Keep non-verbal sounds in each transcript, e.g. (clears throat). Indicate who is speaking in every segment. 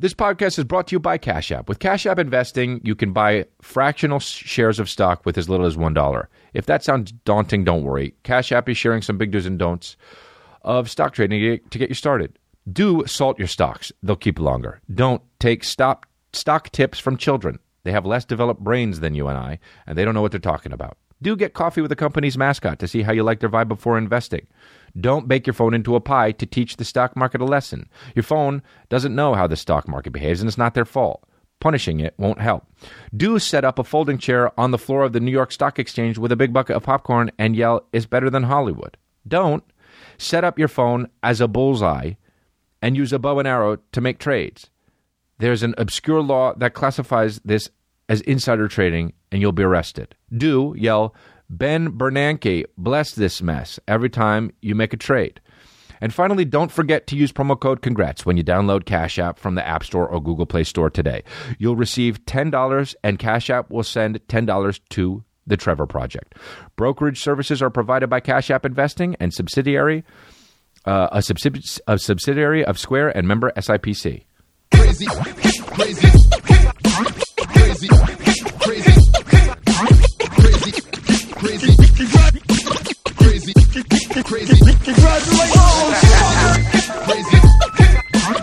Speaker 1: This podcast is brought to you by Cash App. With Cash App Investing, you can buy fractional s- shares of stock with as little as $1. If that sounds daunting, don't worry. Cash App is sharing some big do's and don'ts of stock trading to get- to get you started. Do salt your stocks. They'll keep longer. Don't take stop stock tips from children. They have less developed brains than you and I, and they don't know what they're talking about. Do get coffee with the company's mascot to see how you like their vibe before investing. Don't bake your phone into a pie to teach the stock market a lesson. Your phone doesn't know how the stock market behaves, and it's not their fault. Punishing it won't help. Do set up a folding chair on the floor of the New York Stock Exchange with a big bucket of popcorn and yell, It's better than Hollywood. Don't set up your phone as a bullseye and use a bow and arrow to make trades. There's an obscure law that classifies this as insider trading, and you'll be arrested. Do yell, Ben Bernanke, bless this mess, every time you make a trade. And finally, don't forget to use promo code CONGRATS when you download Cash App from the App Store or Google Play Store today. You'll receive $10, and Cash App will send $10 to the Trevor Project. Brokerage services are provided by Cash App Investing and subsidiary uh, a, subsidi- a subsidiary of Square and member SIPC.
Speaker 2: crazy, crazy, crazy, crazy, crazy, crazy, crazy, crazy,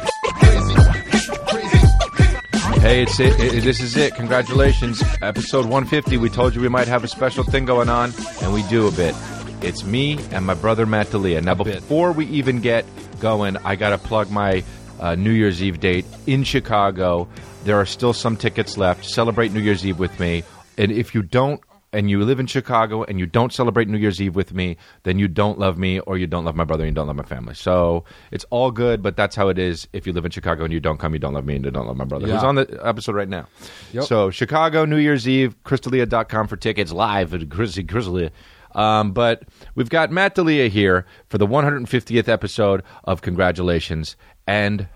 Speaker 2: crazy, crazy, crazy.
Speaker 1: Hey, it's it, it- This is it. Congratulations, episode 150. We told you we might have a special thing going on, and we do a bit. It's me and my brother Matt D'Elia. Now, before we even get going, I gotta plug my uh, New Year's Eve date in Chicago. There are still some tickets left. Celebrate New Year's Eve with me, and if you don't and you live in Chicago and you don't celebrate New Year's Eve with me, then you don't love me or you don't love my brother and you don't love my family. So it's all good, but that's how it is if you live in Chicago and you don't come, you don't love me and you don't love my brother. Who's
Speaker 3: Yeah.
Speaker 1: on the episode right now?
Speaker 3: Yep.
Speaker 1: So Chicago, New Year's Eve, crystalia.com for tickets live at Grizzly Grizzly. Um, but we've got Matt D'Elia here for the 150th episode of Congratulations. And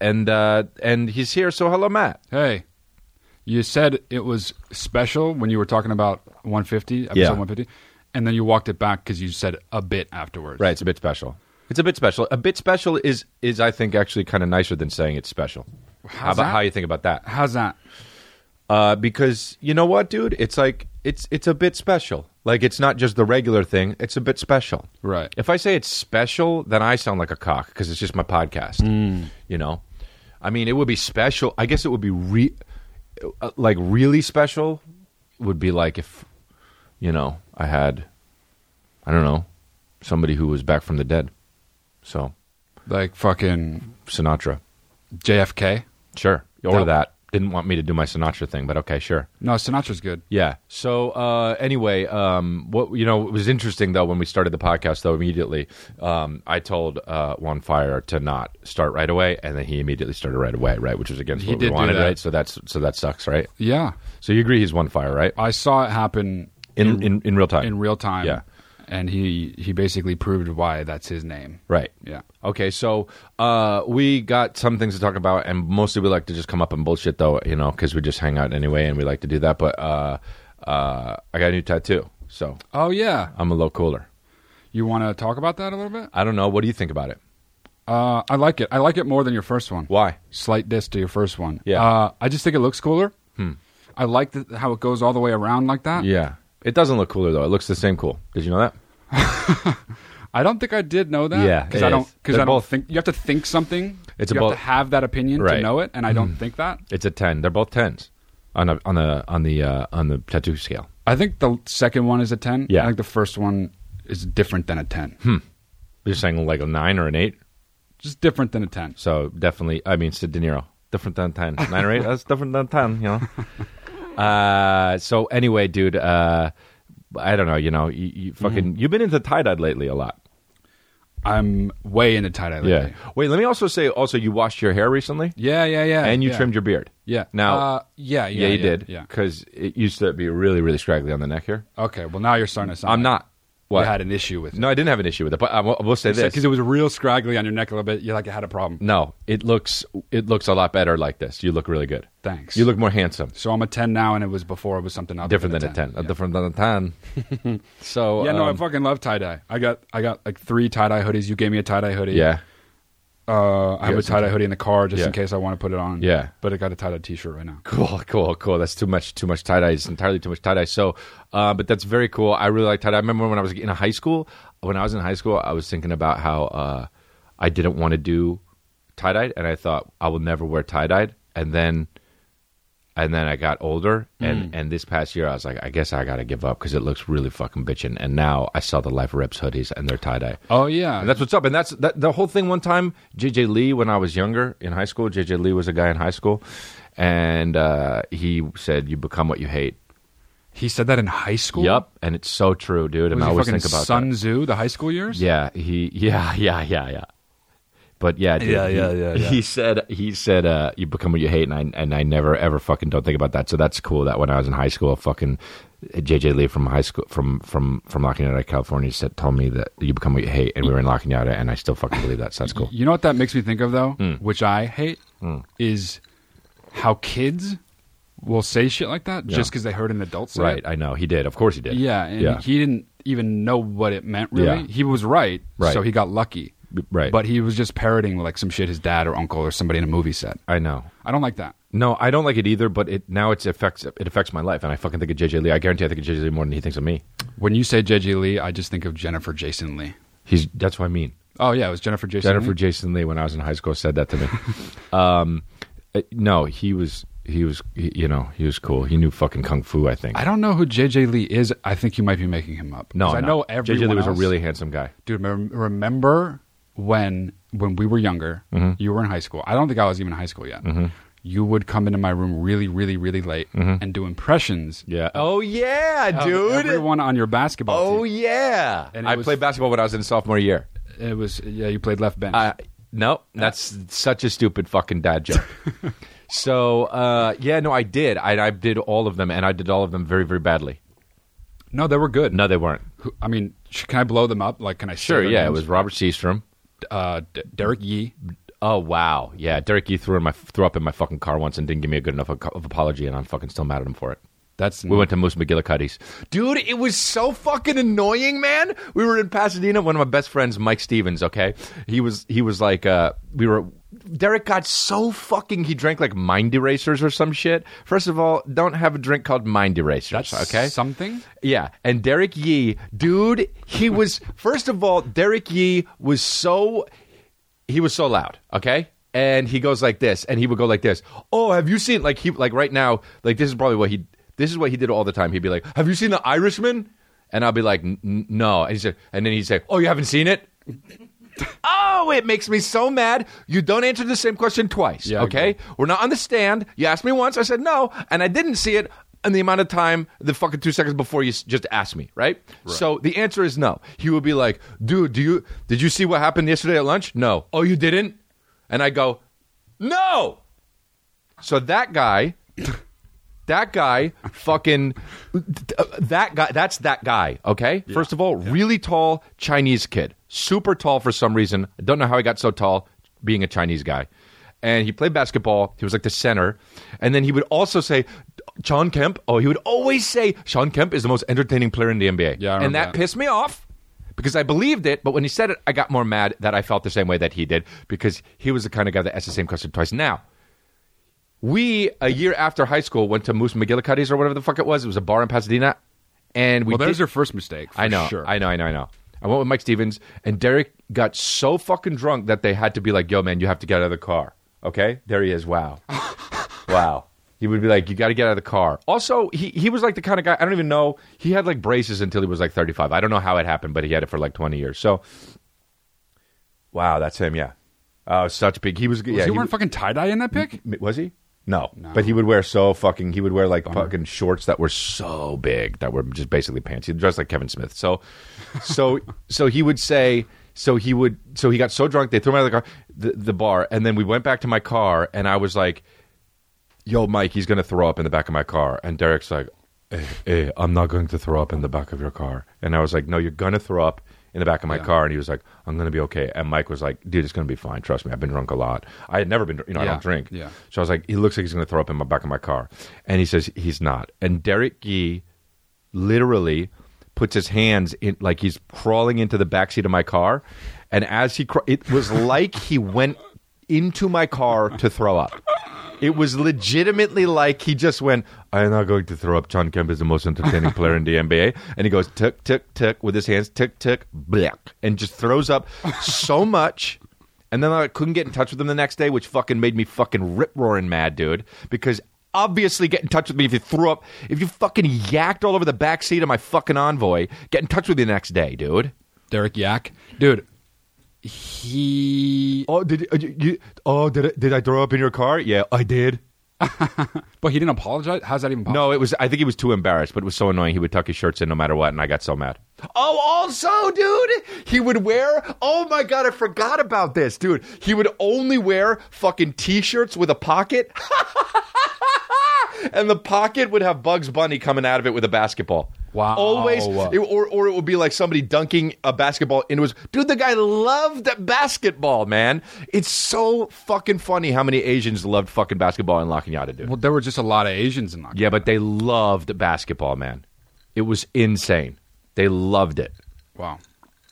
Speaker 1: and uh, and he's here, so hello Matt.
Speaker 3: Hey, you said it was special when you were talking about 150, episode
Speaker 1: Yeah.
Speaker 3: 150, and then you walked it back because you said a bit afterwards.
Speaker 1: Right, it's a bit special. It's a bit special. A bit special is is I think actually kind of nicer than saying it's special. how
Speaker 3: How's
Speaker 1: about
Speaker 3: that?
Speaker 1: how you think about that?
Speaker 3: How's that?
Speaker 1: Uh, because you know what, dude, it's like it's it's a bit special. Like it's not just the regular thing; it's a bit special.
Speaker 3: Right.
Speaker 1: If I say it's special, then I sound like a cock because it's just my podcast. You know, I mean, it would be special. I guess it would be re, uh, like really special. Would be like if, you know, I had, I don't know, somebody who was back from the dead. So
Speaker 3: Like fucking
Speaker 1: Sinatra,
Speaker 3: JFK?
Speaker 1: sure, or
Speaker 3: That-
Speaker 1: that didn't want me to do my Sinatra thing, but okay, sure.
Speaker 3: No, Sinatra's good.
Speaker 1: Yeah. So uh, anyway, um, what you know it was interesting though when we started the podcast though immediately um, I told uh, Juan Fire to not start right away, and then he immediately started right away, right, which was against
Speaker 3: He
Speaker 1: what we
Speaker 3: did do
Speaker 1: wanted,
Speaker 3: that.
Speaker 1: right? So that's so that sucks, right?
Speaker 3: Yeah.
Speaker 1: So you agree he's Juan Fire, right?
Speaker 3: I saw it happen
Speaker 1: In in, in real time,
Speaker 3: in real time.
Speaker 1: Yeah.
Speaker 3: And he, he basically proved why that's his name.
Speaker 1: right?
Speaker 3: Yeah.
Speaker 1: Okay, so uh, we got some things to talk about, and mostly we like to just come up and bullshit though, you know, because we just hang out anyway, and we like to do that. But uh, uh, I got a new tattoo, so
Speaker 3: Oh, yeah.
Speaker 1: I'm a little cooler.
Speaker 3: You want to talk about that a little bit?
Speaker 1: I don't know. What do you think about it?
Speaker 3: Uh, I like it. I like it more than your first one.
Speaker 1: Why?
Speaker 3: Slight diss to your first one.
Speaker 1: Yeah. Hmm.
Speaker 3: Uh, I just think it looks cooler. I like the, how it goes all the way around like that.
Speaker 1: Yeah. It doesn't look cooler though. It looks the same cool. Did you know that?
Speaker 3: I don't think I did know that.
Speaker 1: Yeah,
Speaker 3: because
Speaker 1: it
Speaker 3: I don't
Speaker 1: is.
Speaker 3: because
Speaker 1: They're
Speaker 3: I don't
Speaker 1: both-
Speaker 3: think you have to think something.
Speaker 1: It's
Speaker 3: you
Speaker 1: about-
Speaker 3: have to have that opinion
Speaker 1: Right. Hmm.
Speaker 3: to know it, and I don't think that.
Speaker 1: It's a ten. They're both tens on a, on the on the uh, on the tattoo scale.
Speaker 3: I think the second one is a ten.
Speaker 1: Yeah. Hmm.
Speaker 3: I think the first one is different than a ten.
Speaker 1: You're saying like a nine or an eight.
Speaker 3: Just different than a ten.
Speaker 1: So definitely, I mean, it's De Niro. Different than ten. Nine or eight. That's different than ten. You
Speaker 3: (laughs)
Speaker 1: know. uh. So anyway, dude. Uh. I don't know. You know. You, you
Speaker 3: Mm-hmm.
Speaker 1: fucking. You've been into tie dye lately a lot.
Speaker 3: I'm way into tie dye lately.
Speaker 1: Wait. Let me also say. Also, you washed your hair recently,
Speaker 3: Yeah, yeah, yeah.
Speaker 1: and you
Speaker 3: yeah.
Speaker 1: trimmed your beard.
Speaker 3: Yeah.
Speaker 1: Now.
Speaker 3: uh, yeah, yeah,
Speaker 1: yeah, you did.
Speaker 3: Yeah.
Speaker 1: Because it used to be really, really scraggly on the neck here.
Speaker 3: Okay. Well, now you're starting to sound.
Speaker 1: I'm
Speaker 3: like
Speaker 1: not.
Speaker 3: You had an issue with it.
Speaker 1: No, I didn't have an issue with it, but I will, I will say this:
Speaker 3: because it was real scraggly on your neck a little bit. You like it had a problem.
Speaker 1: no, it looks it looks a lot better like this. You look really good.
Speaker 3: Thanks.
Speaker 1: You look more handsome.
Speaker 3: so I'm a ten now, and it was before it was something else.
Speaker 1: Different than a ten. Uh, Different than a ten. so (laughs)
Speaker 3: Yeah, no, I
Speaker 1: um,
Speaker 3: fucking love tie dye. I got I got like three tie dye hoodies. You gave me a tie dye hoodie.
Speaker 1: yeah.
Speaker 3: Uh, I have
Speaker 1: Yeah,
Speaker 3: a tie dye hoodie in the car just
Speaker 1: Yeah.
Speaker 3: in case I want to put it on.
Speaker 1: Yeah.
Speaker 3: but I got a tie dye T-shirt right now.
Speaker 1: Cool, cool, cool. That's too much, too much tie dye. It's entirely too much tie dye. So, uh, but that's very cool. I really like tie dye. I remember when I was in high school. When I was in high school, I was thinking about how uh, I didn't want to do tie dye, and I thought I will never wear tie dye. And then, and then I got older, and and this past year, I was like, I guess I got to give up because it looks really fucking bitching. And now I saw the Life Reps hoodies, and they're tie dye.
Speaker 3: Oh yeah,
Speaker 1: And that's what's up. And that's that, the whole thing. One time, JJ Lee, when I was younger in high school, JJ Lee was a guy in high school, and uh, he said, "You become what you hate."
Speaker 3: he said that in high school.
Speaker 1: Yep, and it's so true, dude. And
Speaker 3: was
Speaker 1: I
Speaker 3: he
Speaker 1: always
Speaker 3: fucking
Speaker 1: think about
Speaker 3: Sun Tzu, the high school years.
Speaker 1: that. Yeah, he. Yeah, (laughs) yeah, yeah, yeah. But yeah, dude,
Speaker 3: Yeah,
Speaker 1: he-
Speaker 3: yeah, yeah, yeah.
Speaker 1: (laughs) He said, "He said uh, you become what you hate," and I and I never ever fucking don't think about that. So that's cool. That when I was in high school, fucking JJ Lee from high school from from from La Cuneta, California, said told me that you become what you hate, and we were in La Cuneta, and I still fucking believe that. So that's cool. Hmm.
Speaker 3: You know what that makes me think of though, which I hate, is how kids will say shit like that just because they heard an adult say
Speaker 1: Right,
Speaker 3: it.
Speaker 1: I know he did. Of course he did.
Speaker 3: Yeah, and
Speaker 1: yeah,
Speaker 3: he didn't even know what it meant really.
Speaker 1: Yeah.
Speaker 3: He was right,
Speaker 1: Right.
Speaker 3: so he got lucky.
Speaker 1: B- right.
Speaker 3: But he was just parroting like some shit his dad or uncle or somebody in a movie said.
Speaker 1: I know.
Speaker 3: I don't like that.
Speaker 1: No, I don't like it either. But it now it's affects it affects my life, and I fucking think of JJ Lee. I guarantee I think of JJ Lee more than he thinks of me.
Speaker 3: When you say JJ Lee, I just think of Jennifer Jason Lee.
Speaker 1: He's that's what I mean.
Speaker 3: Oh yeah, it was Jennifer Jason
Speaker 1: Jennifer
Speaker 3: Lee.
Speaker 1: Jason Lee, when I was in high school, said that to
Speaker 3: (laughs)
Speaker 1: me. um, uh, no, he was he was he- you know he was cool. He knew fucking kung fu. I think.
Speaker 3: I don't know who JJ Lee is. I think you might be making him up.
Speaker 1: no,
Speaker 3: 'Cause I
Speaker 1: no.
Speaker 3: know
Speaker 1: JJ
Speaker 3: everyone
Speaker 1: Lee was a
Speaker 3: else-
Speaker 1: really handsome guy.
Speaker 3: dude mem- remember when when we were younger
Speaker 1: Mm-hmm.
Speaker 3: you were in high school i don't think i was even in high school yet you would come into my room really really really late
Speaker 1: Mm-hmm.
Speaker 3: and do impressions
Speaker 1: Yeah. Oh yeah,
Speaker 3: of everyone on your basketball
Speaker 1: Oh,
Speaker 3: team
Speaker 1: yeah.
Speaker 3: And it
Speaker 1: I
Speaker 3: was-
Speaker 1: played basketball when I was in sophomore year.
Speaker 3: it was yeah you played left bench
Speaker 1: Uh, no, that's such a stupid fucking dad joke. so uh, yeah, no, I did. I, I did all of them, and I did all of them very, very badly.
Speaker 3: no they were good
Speaker 1: No, they weren't.
Speaker 3: Who- i mean sh- can i blow them up like can i say
Speaker 1: Sure,
Speaker 3: their
Speaker 1: yeah, it
Speaker 3: names?
Speaker 1: was Robert Seastrom.
Speaker 3: uh D- derek yee
Speaker 1: Oh wow, yeah, Derek, you threw in my threw up in my fucking car once and didn't give me a good enough ac- of apology, and I'm fucking still mad at him for it.
Speaker 3: that's
Speaker 1: We went to Moose McGillicuddy's. Dude, it was so fucking annoying, man. We were in Pasadena. One of my best friends, Mike Stevens, okay? He was he was like uh we were Derek got so fucking he drank like mind erasers or some shit. First of all, don't have a drink called mind erasers, okay?
Speaker 3: something
Speaker 1: Yeah, and Derek Yee, dude, he was first of all, Derek Yee was so he was so loud, okay? And he goes like this, and he would go like this. Oh, have you seen like he like right now, like this is probably what he this is what he did all the time. He'd be like, Have you seen the Irishman? And I'll be like, "N- n- no. And he said, and then he'd say, Oh, you haven't seen it? Oh, it makes me so mad. You don't answer the same question twice.
Speaker 3: Yeah, I
Speaker 1: okay?
Speaker 3: agree.
Speaker 1: We're not on the stand. You asked me once. I said no, and I didn't see it. And the amount of time, the fucking two seconds before you s- just asked me, right? So the answer is no. He would be like, "Dude, do you did you see what happened yesterday at lunch? No. Oh, you didn't? And I go, no. So that guy, that guy, fucking, that guy, that's that guy, okay? First of all, really tall Chinese kid, super tall for some reason. I don't know how he got so tall being a Chinese guy. And he played basketball. He was like the center. And then he would also say, Sean Kemp. Oh, he would always say, Sean Kemp is the most entertaining player in the NBA.
Speaker 3: Yeah, I
Speaker 1: and
Speaker 3: remember
Speaker 1: that,
Speaker 3: that.
Speaker 1: pissed me off because I believed it, but when he said it, I got more mad that I felt the same way that he did because he was the kind of guy that asked the same question twice. Now, we a year after high school went to Moose McGillicuddy's or whatever the fuck it was. It was a bar in Pasadena, and we.
Speaker 3: well there's
Speaker 1: did-
Speaker 3: your first mistake for
Speaker 1: I know,
Speaker 3: sure
Speaker 1: I know, I know, I know. I went with Mike Stevens, and Derek got so fucking drunk that they had to be like, "Yo, man, you have to get out of the car." Okay, there he is.
Speaker 3: (laughs)
Speaker 1: Wow, wow. He would be like, "You got to get out of the car." Also, he he was like the kind of guy I don't even know. He had like braces until he was like thirty five. I don't know how it happened, but he had it for like twenty years. So, wow, that's him. Yeah. Oh, such big. He was.
Speaker 3: was
Speaker 1: yeah,
Speaker 3: he
Speaker 1: he
Speaker 3: wearing fucking tie dye in that pic
Speaker 1: M- Was he? No. But he would wear so fucking. He would wear like fucking shorts that were so big that were just basically pants. He dressed like Kevin Smith. So, so, so he would say. So he would. So he got so drunk they threw him out of the car, the, the bar, and then we went back to my car, and I was like, "Yo, Mike, he's gonna throw up in the back of my car," and Derek's like. Eh, eh, I'm not going to throw up in the back of your car. And I was like, No, you're going to throw up in the back of my car. And he was like, I'm going to be okay. And Mike was like, Dude, it's going to be fine. Trust me. I've been drunk a lot. I had never been, dr- you know, I
Speaker 3: Yeah.
Speaker 1: don't drink.
Speaker 3: Yeah.
Speaker 1: So I was like, he looks like he's going to throw up in my back of my car. And he says, he's not. And Derek Gee literally puts his hands in like he's crawling into the backseat of my car, and as he cr- it was like he went into my car to throw up. It was legitimately like he just went, I'm not going to throw up. John Kemp is the most entertaining player in the NBA. And he goes, tick, tick, tick, with his hands, tick, tick, blech, and just throws up so much and then I couldn't get in touch with him the next day, which fucking made me fucking rip roaring mad, dude. Because obviously, get in touch with me if you threw up, if you fucking yacked all over the back seat of my fucking envoy. Get in touch with me the next day, dude.
Speaker 3: Derek Yak, dude. He,
Speaker 1: Oh, did uh, you, you? Oh, did I, did I throw up in your car? Yeah, I did.
Speaker 3: but he didn't apologize. How's that even possible?
Speaker 1: No, it was. I think he was too embarrassed, but it was so annoying. He would tuck his shirts in no matter what, and I got so mad. Oh, also, dude, he would wear. Oh my god, I forgot about this, dude. He would only wear fucking t-shirts with a pocket, (laughs) and the pocket would have Bugs Bunny coming out of it with a basketball.
Speaker 3: Wow.
Speaker 1: Always, it- or or it would be like somebody dunking a basketball into his. Dude, the guy loved basketball, man. It's so fucking funny how many Asians loved fucking basketball in La Cunada, dude.
Speaker 3: Well, there were just a lot of Asians in Lockdown.
Speaker 1: Yeah, but they loved basketball, man. It was insane. They loved it.
Speaker 3: Wow.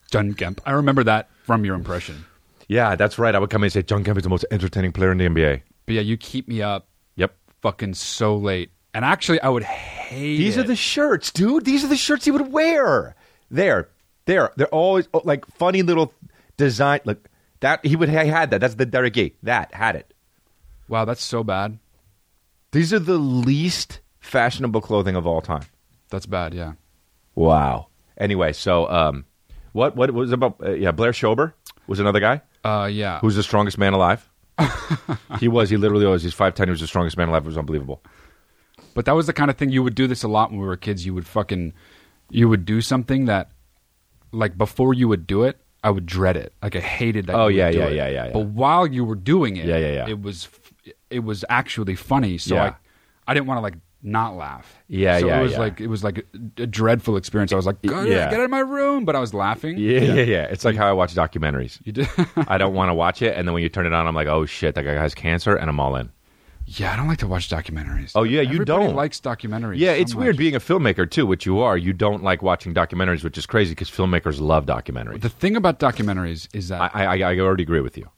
Speaker 3: John Kemp. I remember that from your impression.
Speaker 1: Yeah, that's right. I would come in and say, John Kemp is the most entertaining player in the NBA.
Speaker 3: But yeah, you keep me up
Speaker 1: Yep.
Speaker 3: fucking so late. And actually, I would hate
Speaker 1: These are
Speaker 3: it.
Speaker 1: the shirts, dude. These are the shirts he would wear. There, there. They're always oh, like funny little design. Look, that he would he had that. That's the Derek Yee. That had it.
Speaker 3: Wow, that's so bad.
Speaker 1: These are the least fashionable clothing of all time.
Speaker 3: That's bad, yeah.
Speaker 1: Wow. Anyway, so um, what what was about? Uh, yeah, Blair Schober was another guy.
Speaker 3: Uh, yeah.
Speaker 1: Who's the strongest man
Speaker 3: (laughs)
Speaker 1: alive? he was. He literally was. He's five ten. He was the strongest man alive. It was unbelievable.
Speaker 3: But that was the kind of thing you would do this a lot when we were kids. You would fucking, you would do something that, like before you would do it, I would dread it. Like I hated that.
Speaker 1: Oh,
Speaker 3: you would
Speaker 1: yeah,
Speaker 3: do
Speaker 1: yeah,
Speaker 3: it.
Speaker 1: yeah, yeah, yeah.
Speaker 3: But while you were doing it,
Speaker 1: Yeah, yeah, yeah.
Speaker 3: it was, f- it was actually funny. So
Speaker 1: Yeah.
Speaker 3: I, I didn't want to like not laugh.
Speaker 1: Yeah,
Speaker 3: so
Speaker 1: yeah,
Speaker 3: It was
Speaker 1: yeah.
Speaker 3: like it was like a dreadful experience. I was like, "God,
Speaker 1: yeah.
Speaker 3: get out of my room, but I was laughing.
Speaker 1: Yeah, yeah, yeah. It's like how I watch documentaries.
Speaker 3: You did.
Speaker 1: I don't want to watch it, and then when you turn it on, I'm like, oh shit, that guy has cancer, and I'm all in.
Speaker 3: (laughs) yeah, I don't like to watch documentaries.
Speaker 1: Oh, yeah, you
Speaker 3: Everybody
Speaker 1: don't.
Speaker 3: likes documentaries.
Speaker 1: Yeah,
Speaker 3: so
Speaker 1: it's
Speaker 3: much.
Speaker 1: weird being a filmmaker too, which you are. You don't like watching documentaries, which is crazy because filmmakers love documentaries.
Speaker 3: The thing about documentaries is that
Speaker 1: I, I, I already agree with you.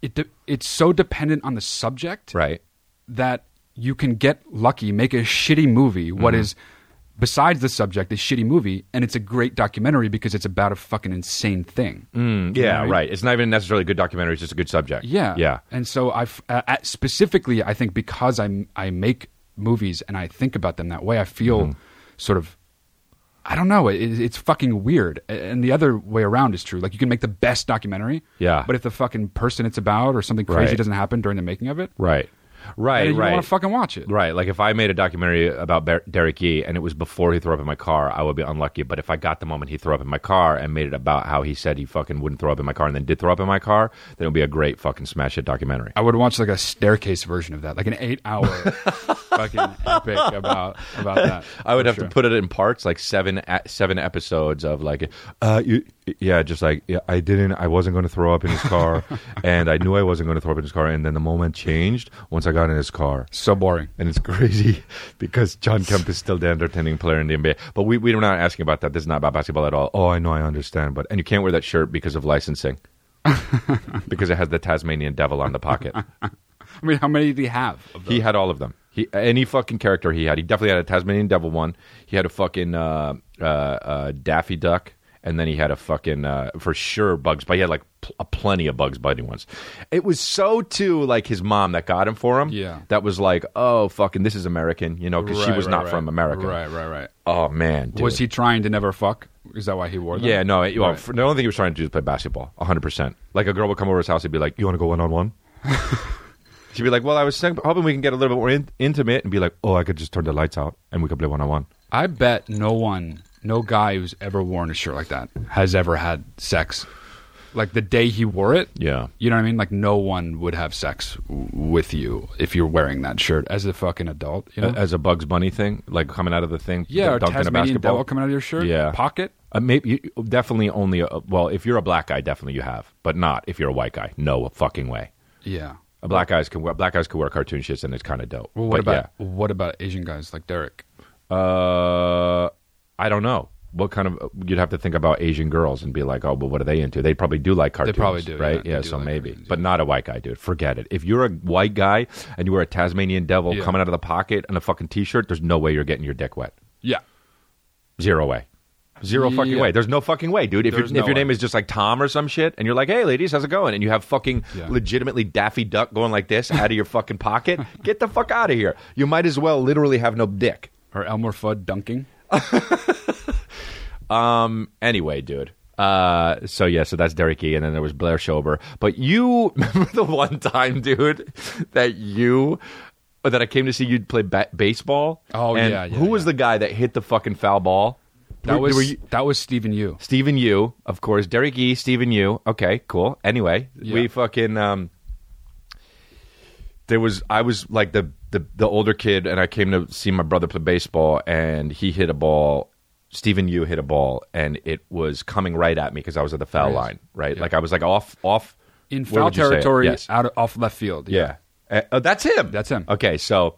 Speaker 3: it de- it's so dependent on the subject
Speaker 1: Right.
Speaker 3: that you can get lucky, make a shitty movie. What
Speaker 1: Mm-hmm.
Speaker 3: is besides the subject, a shitty movie, and it's a great documentary because it's about a fucking insane thing.
Speaker 1: Mm, yeah,
Speaker 3: Right.
Speaker 1: right. It's not even necessarily a good documentary. It's just a good subject.
Speaker 3: Yeah,
Speaker 1: Yeah.
Speaker 3: And so I f- uh, at- specifically, I think because I I make movies and I think about them that way, I feel
Speaker 1: Mm-hmm.
Speaker 3: sort of. I don't know. It, it's fucking weird. A- And the other way around is true. Like you can make the best documentary,
Speaker 1: Yeah.
Speaker 3: But if the fucking person it's about or something crazy
Speaker 1: Right.
Speaker 3: doesn't happen during the making of it,
Speaker 1: Right. Right.
Speaker 3: then you
Speaker 1: right.
Speaker 3: don't want to fucking watch it.
Speaker 1: Right. Like if I made a documentary about Ber- Derek Yee and it was before he threw up in my car, I would be unlucky. But if I got the moment he threw up in my car and made it about how he said he fucking wouldn't throw up in my car and then did throw up in my car, then it would be a great fucking smash hit documentary.
Speaker 3: I would watch like a staircase version of that, like an
Speaker 1: (laughs)
Speaker 3: eight-hour fucking epic about about that.
Speaker 1: I would
Speaker 3: for
Speaker 1: have
Speaker 3: sure.
Speaker 1: to put it in parts, like seven a- seven episodes of like, uh, you, yeah, just like yeah, I didn't, I wasn't going to throw up in his
Speaker 3: (laughs)
Speaker 1: car, and I knew I wasn't going to throw up in his car, and then the moment changed once I got in his car.
Speaker 3: so boring.
Speaker 1: and it's (laughs) crazy because John Kemp is still the entertaining player in the NBA. But we, we were not asking about that. This is not about basketball at all. Oh, I know, I understand. But and you can't wear that shirt because of licensing, because it has the Tasmanian devil on the pocket.
Speaker 3: I mean, how many did he have? Of
Speaker 1: he had all of them. He any fucking character he had. He definitely had a Tasmanian devil one. He had a fucking uh, uh, uh, Daffy Duck. And then he had a fucking uh, for sure Bugs, but he had like pl- a plenty of Bugs Bunny ones. It was so too like his mom that got him for him.
Speaker 3: Yeah.
Speaker 1: that was like, oh fucking, this is American, you know, because she
Speaker 3: Right,
Speaker 1: was
Speaker 3: right,
Speaker 1: not
Speaker 3: right.
Speaker 1: from America.
Speaker 3: Right, right, right.
Speaker 1: Oh man, dude.
Speaker 3: Was he trying to never fuck? Is that why he wore that?
Speaker 1: Yeah, no. It, well,
Speaker 3: Right.
Speaker 1: for- the only thing he was trying to do is play basketball, 100. percent Like a girl would come over his house and be like, "You want to go one on
Speaker 3: (laughs)
Speaker 1: one?" She'd be like, "Well, I was think- hoping we can get a little bit more in- intimate," and be like, "Oh, I could just turn the lights out and we could play one on one."
Speaker 3: I bet no one, no guy who's ever worn a shirt like that has ever had sex. Like the day he wore it.
Speaker 1: Yeah.
Speaker 3: You know what I mean? Like no one would have sex w- with you if you're wearing that shirt as a fucking adult. You know?
Speaker 1: As a Bugs Bunny thing, like coming out of the thing,
Speaker 3: yeah, or
Speaker 1: dunked in Uh, a
Speaker 3: Tasmanian
Speaker 1: basketball.
Speaker 3: devil coming out of your shirt.
Speaker 1: Yeah.
Speaker 3: Pocket.
Speaker 1: Uh, maybe you, definitely only a, well, if you're a black guy, definitely you have, but not if you're a white guy. No fucking way.
Speaker 3: Yeah.
Speaker 1: A black guys can wear, black guys can wear cartoon shits and it's kind of dope.
Speaker 3: Well, what
Speaker 1: But
Speaker 3: about what about Asian guys like Derek?
Speaker 1: yeah. Uh, I don't know. what kind of you'd have to think about Asian girls and be like, oh, but what are they into? They probably do like cartoons,
Speaker 3: probably do,
Speaker 1: right?
Speaker 3: yeah.
Speaker 1: Yeah,
Speaker 3: They do
Speaker 1: so
Speaker 3: like
Speaker 1: maybe,
Speaker 3: cartoons,
Speaker 1: but not a white guy, dude. Forget it. If you're a white guy and you were a Tasmanian devil
Speaker 3: Yeah.
Speaker 1: coming out of the pocket in a fucking t-shirt, there's no way you're getting your dick wet.
Speaker 3: Yeah.
Speaker 1: Zero way. Zero fucking
Speaker 3: Yeah.
Speaker 1: way. There's no fucking way, dude. If, your-
Speaker 3: There's
Speaker 1: if
Speaker 3: no
Speaker 1: your
Speaker 3: way.
Speaker 1: name is just like Tom or some shit, and you're like, "Hey, ladies, how's it going?" and you have fucking
Speaker 3: Yeah.
Speaker 1: legitimately Daffy Duck going like this out of your fucking pocket, get the fuck out of here. You might as well literally have no dick.
Speaker 3: Or Elmer Fudd dunking.
Speaker 1: Anyway, dude. Uh, so yeah, so that's Derek E, and then there was Blair Schober. But you (laughs) remember the one time, dude, that you that I came to see you play ba- baseball.
Speaker 3: Oh,
Speaker 1: And
Speaker 3: yeah, yeah,
Speaker 1: Who was
Speaker 3: yeah.
Speaker 1: the guy that hit the fucking foul ball?
Speaker 3: That
Speaker 1: Were-
Speaker 3: was
Speaker 1: were you-
Speaker 3: that was Stephen Yu.
Speaker 1: Stephen Yu, of course. Derek E, Stephen Yu. Okay, cool. Anyway, we
Speaker 3: Yeah.
Speaker 1: fucking um there was I was like the, the the older kid and I came to see my brother play baseball and he hit a ball Stephen Yu hit a ball and it was coming right at me because I was at the foul
Speaker 3: Right.
Speaker 1: line, right?
Speaker 3: Yeah.
Speaker 1: Like I was like off off
Speaker 3: In
Speaker 1: where
Speaker 3: foul
Speaker 1: would you say it?
Speaker 3: territory
Speaker 1: Yes.
Speaker 3: out of, off left field.
Speaker 1: Yeah. Uh, oh, that's him.
Speaker 3: That's him.
Speaker 1: Okay, so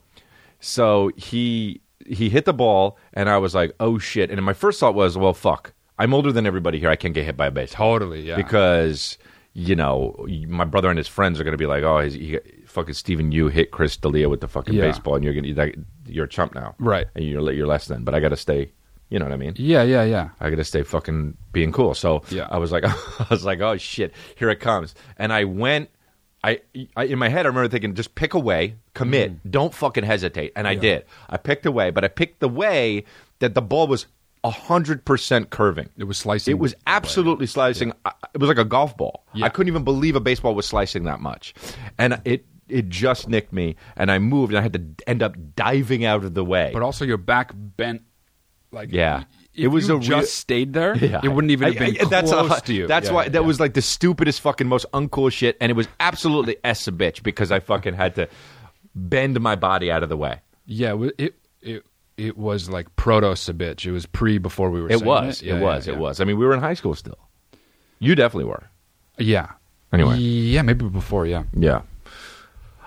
Speaker 1: so he he hit the ball and I was like, "Oh shit." And my first thought was, "Well, fuck. I'm older than everybody here. I can't get hit by a base."
Speaker 3: Totally, yeah.
Speaker 1: Because you know, my brother and his friends are going to be like, "Oh, he's, he fucking Stephen Yu hit Chris D'Elia with the fucking
Speaker 3: Yeah.
Speaker 1: baseball and you're going to you're a chump now."
Speaker 3: Right.
Speaker 1: And you're you're less than, but I got to stay, you know what I mean?
Speaker 3: Yeah, yeah, yeah.
Speaker 1: I gotta stay fucking being cool. So
Speaker 3: Yeah.
Speaker 1: I was like, (laughs) I was like, oh shit, here it comes. And I went, I, I in my head, I remember thinking, just pick away, commit,
Speaker 3: Mm-hmm.
Speaker 1: don't fucking hesitate. And I did. I picked away, but I picked the way that the ball was hundred percent curving.
Speaker 3: It was slicing.
Speaker 1: It was absolutely slicing. I It was like a golf ball.
Speaker 3: Yeah.
Speaker 1: I couldn't even believe a baseball was slicing that much, and it it just nicked me. And I moved, and I had to end up diving out of the way.
Speaker 3: But also your back bent like
Speaker 1: Yeah.
Speaker 3: It was a just
Speaker 1: real-
Speaker 3: stayed there.
Speaker 1: (laughs) Yeah.
Speaker 3: It wouldn't even
Speaker 1: I-
Speaker 3: have been
Speaker 1: I- that's
Speaker 3: close
Speaker 1: a-
Speaker 3: to you.
Speaker 1: That's
Speaker 3: Yeah,
Speaker 1: why
Speaker 3: yeah,
Speaker 1: that
Speaker 3: yeah.
Speaker 1: was like the stupidest fucking most uncool shit, and it was absolutely (laughs) s a bitch because I fucking had to bend my body out of the way.
Speaker 3: Yeah, it wa- it it, it was like proto Sabich. It was pre before we were
Speaker 1: It
Speaker 3: saying
Speaker 1: was,
Speaker 3: it. Yeah,
Speaker 1: it was,
Speaker 3: yeah,
Speaker 1: it
Speaker 3: yeah.
Speaker 1: was. I mean, we were in high school still. You definitely were.
Speaker 3: Yeah.
Speaker 1: Anyway.
Speaker 3: Yeah, maybe before, yeah.
Speaker 1: Yeah.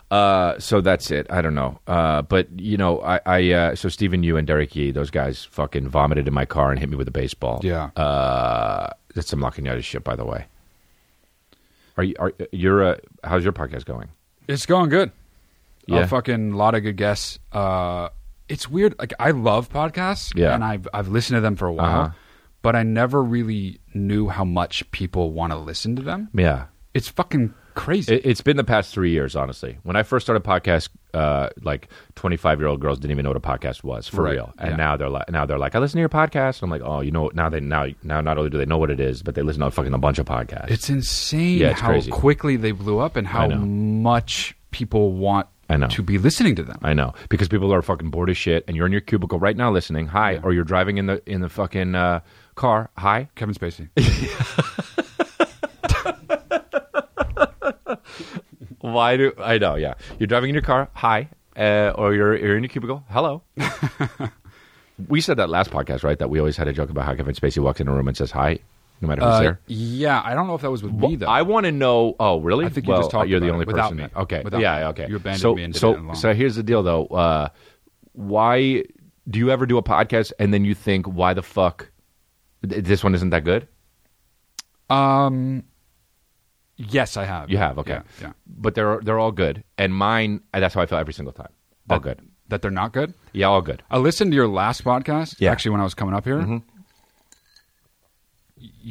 Speaker 1: Uh, so that's it. I don't know. Uh, but you know, I, I uh, so Stephen Yu and Derek Yee, those guys fucking vomited in my car and hit me with a baseball.
Speaker 3: Yeah.
Speaker 1: Uh, that's some La Cunada shit, by the way. Are you? Are you're? Uh, how's your podcast going?
Speaker 3: It's going good.
Speaker 1: Yeah.
Speaker 3: A fucking lot of good guests. Uh, it's weird. Like I love podcasts,
Speaker 1: Yeah.
Speaker 3: and I've I've listened to them for a while,
Speaker 1: Uh-huh.
Speaker 3: but I never really knew how much people want to listen to them.
Speaker 1: Yeah.
Speaker 3: It's fucking crazy.
Speaker 1: It, it's been the past three years, honestly. When I first started podcast, uh, like twenty five year old girls didn't even know what a podcast was for
Speaker 3: Right.
Speaker 1: real, and
Speaker 3: Yeah.
Speaker 1: now they're like, now they're like, I listen to your podcast. And I'm like, oh, you know, now they now now not only do they know what it is, but they listen to fucking a bunch of podcasts.
Speaker 3: it's insane
Speaker 1: Yeah, it's
Speaker 3: how
Speaker 1: crazy.
Speaker 3: quickly they blew up and how
Speaker 1: know.
Speaker 3: much people want
Speaker 1: I know.
Speaker 3: to be listening to them.
Speaker 1: I know because people are fucking bored as shit, and you're in your cubicle right now listening. Hi, or you're driving in the in the fucking uh, car. Hi, (laughs)
Speaker 3: Kevin Spacey.
Speaker 1: why do I know? Yeah, you're driving in your car. Hi, uh, or you're you're in your cubicle.
Speaker 3: (laughs)
Speaker 1: Hello. we said that last podcast, right? That we always had a joke about how Kevin Spacey walks in a room and says hi, no matter who's
Speaker 3: Uh,
Speaker 1: there.
Speaker 3: yeah, I don't know if that was with me though.
Speaker 1: I want to know. Oh, really?
Speaker 3: I think you
Speaker 1: well,
Speaker 3: just talked
Speaker 1: You're the
Speaker 3: about
Speaker 1: only
Speaker 3: it without
Speaker 1: person.
Speaker 3: me.
Speaker 1: That, okay.
Speaker 3: Without
Speaker 1: yeah.
Speaker 3: me.
Speaker 1: Okay.
Speaker 3: You abandoned
Speaker 1: so,
Speaker 3: me and did
Speaker 1: so,
Speaker 3: it alone.
Speaker 1: so here's the deal, though. Uh, why do you ever do a podcast and then you think, why the fuck th- this one isn't that good?
Speaker 3: um, yes, I have.
Speaker 1: You have okay.
Speaker 3: Yeah, yeah.
Speaker 1: But they're they're all good, and mine. That's how I feel every single time. All
Speaker 3: That-
Speaker 1: good.
Speaker 3: That they're not good.
Speaker 1: Yeah, all good.
Speaker 3: I listened to your last podcast.
Speaker 1: Yeah. Mm-hmm.
Speaker 3: Actually, when I was coming up here.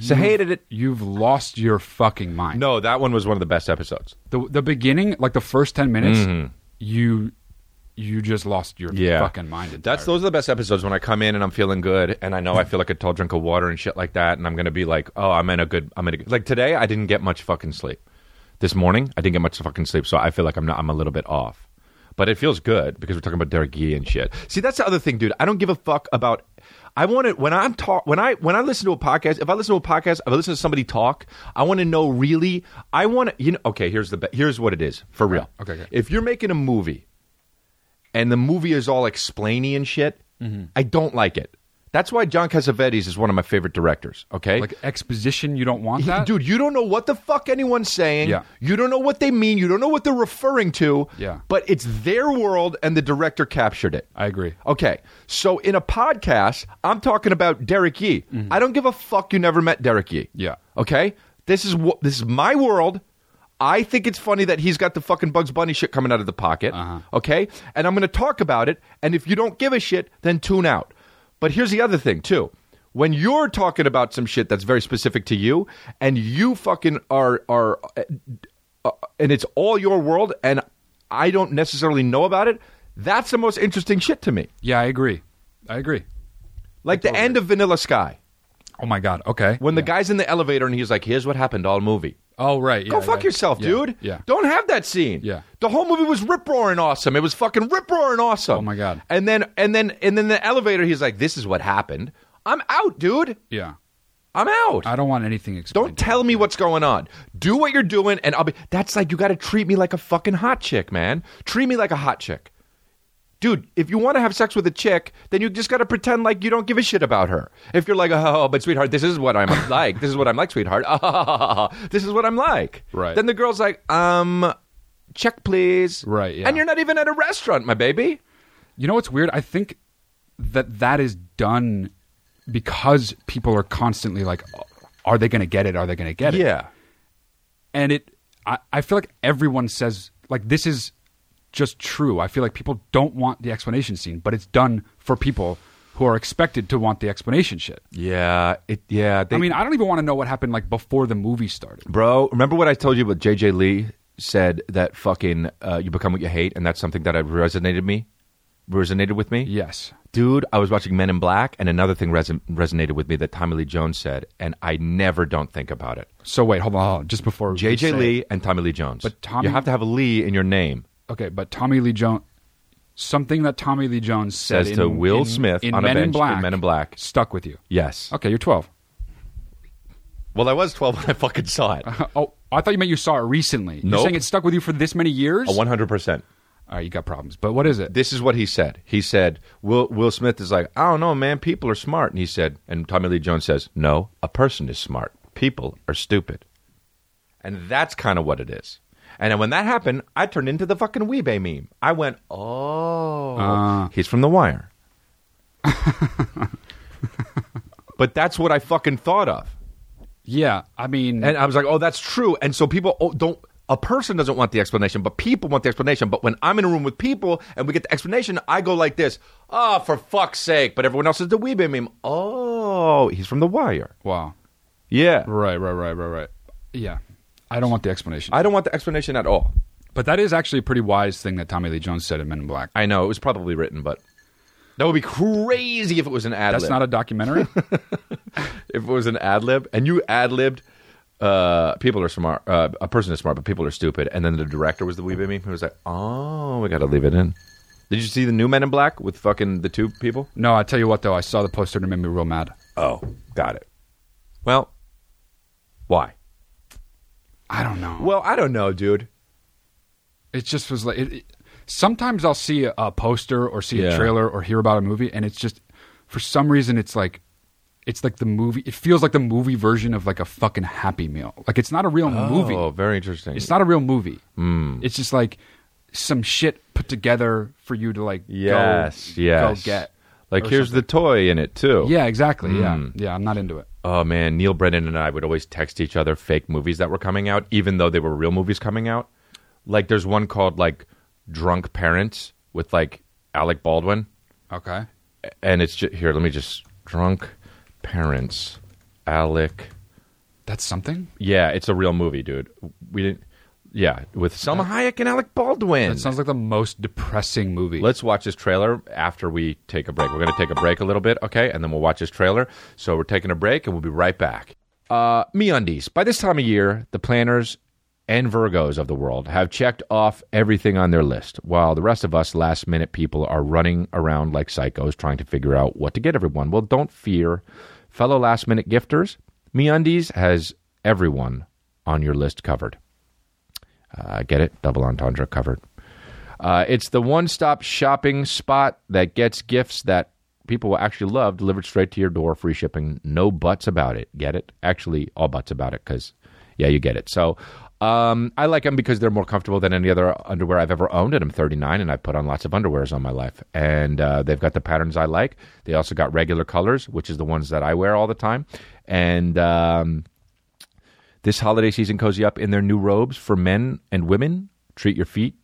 Speaker 1: So
Speaker 3: You've-
Speaker 1: hated it.
Speaker 3: You've lost your fucking mind.
Speaker 1: No, that one was one of the best episodes.
Speaker 3: The the beginning, like the first ten minutes, you you just lost your
Speaker 1: Mm-hmm. Yeah.
Speaker 3: fucking mind. Entirely.
Speaker 1: That's those are the best episodes when I come in and I'm feeling good and I know I feel like a tall drink of water and shit like that and I'm gonna be like, oh, I'm in a good, I'm in a good. Like today, I didn't get much fucking sleep. This morning, I didn't get much fucking sleep, so I feel like I'm not, I'm a little bit off. But it feels good because we're talking about Derek Yee and shit. See, that's the other thing, dude. I don't give a fuck about. I want to when I'm talk when I when I listen to a podcast. If I listen to a podcast, if I listen to somebody talk, I want to know really. I want to you know. Okay, here's the be- here's what it is for real.
Speaker 3: Okay, okay.
Speaker 1: if you're making a
Speaker 3: Mm-hmm.
Speaker 1: movie and the movie is all explainy and shit, I don't like it. That's why John Cassavetes is one of my favorite directors. Okay,
Speaker 3: Like exposition, you don't want that,
Speaker 1: Dude, you don't know what the fuck anyone's saying.
Speaker 3: Yeah.
Speaker 1: You don't know what they mean. You don't know what they're referring to.
Speaker 3: Yeah.
Speaker 1: But it's their world and the director captured it.
Speaker 3: I agree.
Speaker 1: Okay. So in a podcast, I'm talking about Derek Yee.
Speaker 3: Mm-hmm.
Speaker 1: I don't give a fuck you never met Derek Yee.
Speaker 3: Yeah.
Speaker 1: Okay? This is what this is my world. I think it's funny that he's got the fucking Bugs Bunny shit coming out of the pocket. Okay? And I'm going to talk about it, and if you don't give a shit, then tune out. But here's the other thing, too. When you're talking about some shit that's very specific to you and you fucking are are uh, and it's all your world and I don't necessarily know about it, that's the most interesting shit to me.
Speaker 3: Yeah, I agree. I agree.
Speaker 1: Like the end of Vanilla Sky.
Speaker 3: Oh my god. Okay.
Speaker 1: When the
Speaker 3: Yeah.
Speaker 1: guy's in the elevator and he's like, here's what happened all movie.
Speaker 3: Oh right.
Speaker 1: Go
Speaker 3: yeah,
Speaker 1: fuck
Speaker 3: yeah.
Speaker 1: yourself,
Speaker 3: Yeah,
Speaker 1: dude.
Speaker 3: Yeah.
Speaker 1: Don't have that scene.
Speaker 3: Yeah.
Speaker 1: The whole movie was rip roaring awesome. It was fucking rip roaring awesome.
Speaker 3: Oh, my God.
Speaker 1: And then and then and then the elevator, he's like, This is what happened. I'm out, dude.
Speaker 3: Yeah.
Speaker 1: I'm out.
Speaker 3: I don't want anything
Speaker 1: don't
Speaker 3: explained.
Speaker 1: tell me what's going on. Do what you're doing, and I'll be. That's like you got to treat me like a fucking hot chick, man. Treat me like a hot chick, dude. If you want to have sex with a chick, then you just got to pretend like you don't give a shit about her. If you're like, oh, but sweetheart, this is what I'm (laughs) like. This is what I'm like, sweetheart. (laughs) this is what I'm like.
Speaker 3: Right.
Speaker 1: Then the girl's like, um, check please.
Speaker 3: Right, yeah.
Speaker 1: And you're not even at a restaurant, my baby.
Speaker 3: You know what's weird? I think that that is done because people are constantly like, "Are they going to get it? Are they going to get it?"
Speaker 1: Yeah.
Speaker 3: and it I, I feel like everyone says like this is just true i feel like people don't want the explanation scene but it's done for people who are expected to want the explanation shit
Speaker 1: Yeah. It. Yeah. They,
Speaker 3: i mean i don't even want to know what happened like before the movie started
Speaker 1: Bro, remember what I told you about JJ Lee said that fucking uh, you become what you hate, and that's something that had resonated me, resonated with me.
Speaker 3: yes
Speaker 1: Dude, I was watching Men in Black, and another thing reson- resonated with me that Tommy Lee Jones said, and I never don't think about it.
Speaker 3: so wait hold on, hold on. just before we say
Speaker 1: JJ
Speaker 3: it.
Speaker 1: Lee and Tommy Lee Jones.
Speaker 3: But Tommy-
Speaker 1: you have to have a Lee in your name.
Speaker 3: okay but tommy lee jones something that tommy lee jones said
Speaker 1: Says to
Speaker 3: in-
Speaker 1: Will
Speaker 3: in-
Speaker 1: Smith
Speaker 3: in
Speaker 1: on a
Speaker 3: men in
Speaker 1: bench in
Speaker 3: black
Speaker 1: Men in Black.
Speaker 3: stuck with you
Speaker 1: Yes.
Speaker 3: okay you're 12
Speaker 1: Well, I was twelve when I fucking saw it.
Speaker 3: (laughs) oh i thought you meant you saw it recently
Speaker 1: Nope.
Speaker 3: you're saying it stuck with you for this many years
Speaker 1: One hundred percent.
Speaker 3: all right you got problems but what is it
Speaker 1: This is what he said. He said, Will, Will Smith is like, I don't know, man. People are smart. And he said, and Tommy Lee Jones says, No, a person is smart. People are stupid. And that's kind of what it is. And when that happened, I turned into the fucking Weebay meme. I went, Oh,
Speaker 3: Ah.
Speaker 1: he's from The Wire. (laughs) but that's what I fucking thought of.
Speaker 3: yeah i mean
Speaker 1: And I was like, oh, that's true. And so people oh, don't. A person doesn't want the explanation, but people want the explanation. But when I'm in a room with people and we get the explanation, I go like this: "Ah, for fuck's sake!" But everyone else is the weebay meme. Oh, he's from The Wire.
Speaker 3: Wow.
Speaker 1: Yeah,
Speaker 3: Right, right, right, right, right. Yeah. I don't want the explanation.
Speaker 1: I don't want the explanation at all.
Speaker 3: but that is actually a pretty wise thing that Tommy Lee Jones said in Men in Black.
Speaker 1: I know it was probably written, but that would be crazy if it was an ad lib.
Speaker 3: That's not
Speaker 1: (laughs)
Speaker 3: a documentary?
Speaker 1: if it was an ad lib, and you ad libbed. Uh, people are smart. Uh, a person is smart, but people are stupid. And then the director was the weebay meme. He was like, "Oh, we got to leave it in." Did you see the new Men in Black with fucking the two people?
Speaker 3: no, I tell you what, though. I saw the poster and it made me real mad.
Speaker 1: Oh, got it. Well, why?
Speaker 3: I don't know.
Speaker 1: Well, I don't know, dude.
Speaker 3: it just was like. It, it- sometimes I'll see a, a poster or see
Speaker 1: Yeah.
Speaker 3: a trailer or hear about a movie, and it's just. For some reason, it's like. It's like the movie. It feels like the movie version of like a fucking Happy Meal. Like it's not a real movie.
Speaker 1: Oh, Hmm. very interesting.
Speaker 3: It's not a real movie. It's just like some shit put together for you to like
Speaker 1: yes,
Speaker 3: go,
Speaker 1: yes. Hmm.
Speaker 3: go get.
Speaker 1: Like
Speaker 3: or
Speaker 1: here's the toy in it too.
Speaker 3: Yeah, exactly. Yeah. Yeah, I'm not into it.
Speaker 1: Oh man, Neil Brennan and I would always text each other fake movies that were coming out, even though they were real movies coming out. Like there's one called like Drunk Parents with like Alec Baldwin,
Speaker 3: Okay.
Speaker 1: and it's just here. Let me just Drunk Parents, Alec.
Speaker 3: That's something?
Speaker 1: Yeah, it's a real movie, dude. We didn't. Yeah, with Selma Hayek and Alec Baldwin.
Speaker 3: Uh, That sounds like the most depressing movie.
Speaker 1: Let's watch this trailer after we take a break. We're going to take a break a little bit, okay? And then we'll watch this trailer. So we're taking a break and we'll be right back. Uh, MeUndies. By this time of year, the planners and Virgos of the world have checked off everything on their list, while the rest of us last minute people are running around like psychos trying to figure out what to get everyone. Well, don't fear, fellow last minute gifters. MeUndies has everyone on your list covered. Uh, get it? Double entendre covered. Uh, it's the one stop shopping spot that gets gifts that people will actually love delivered straight to your door, free shipping, no buts about it. Get it? Actually, all buts about it because, yeah, you get it. So um, I like them because they're more comfortable than any other underwear I've ever owned. And I'm 39 and I've put on lots of underwears on my life. And uh, they've got the patterns I like. They also got regular colors, which is the ones that I wear all the time. And, um, this holiday season, cozy up in their new robes for men and women. Treat your feet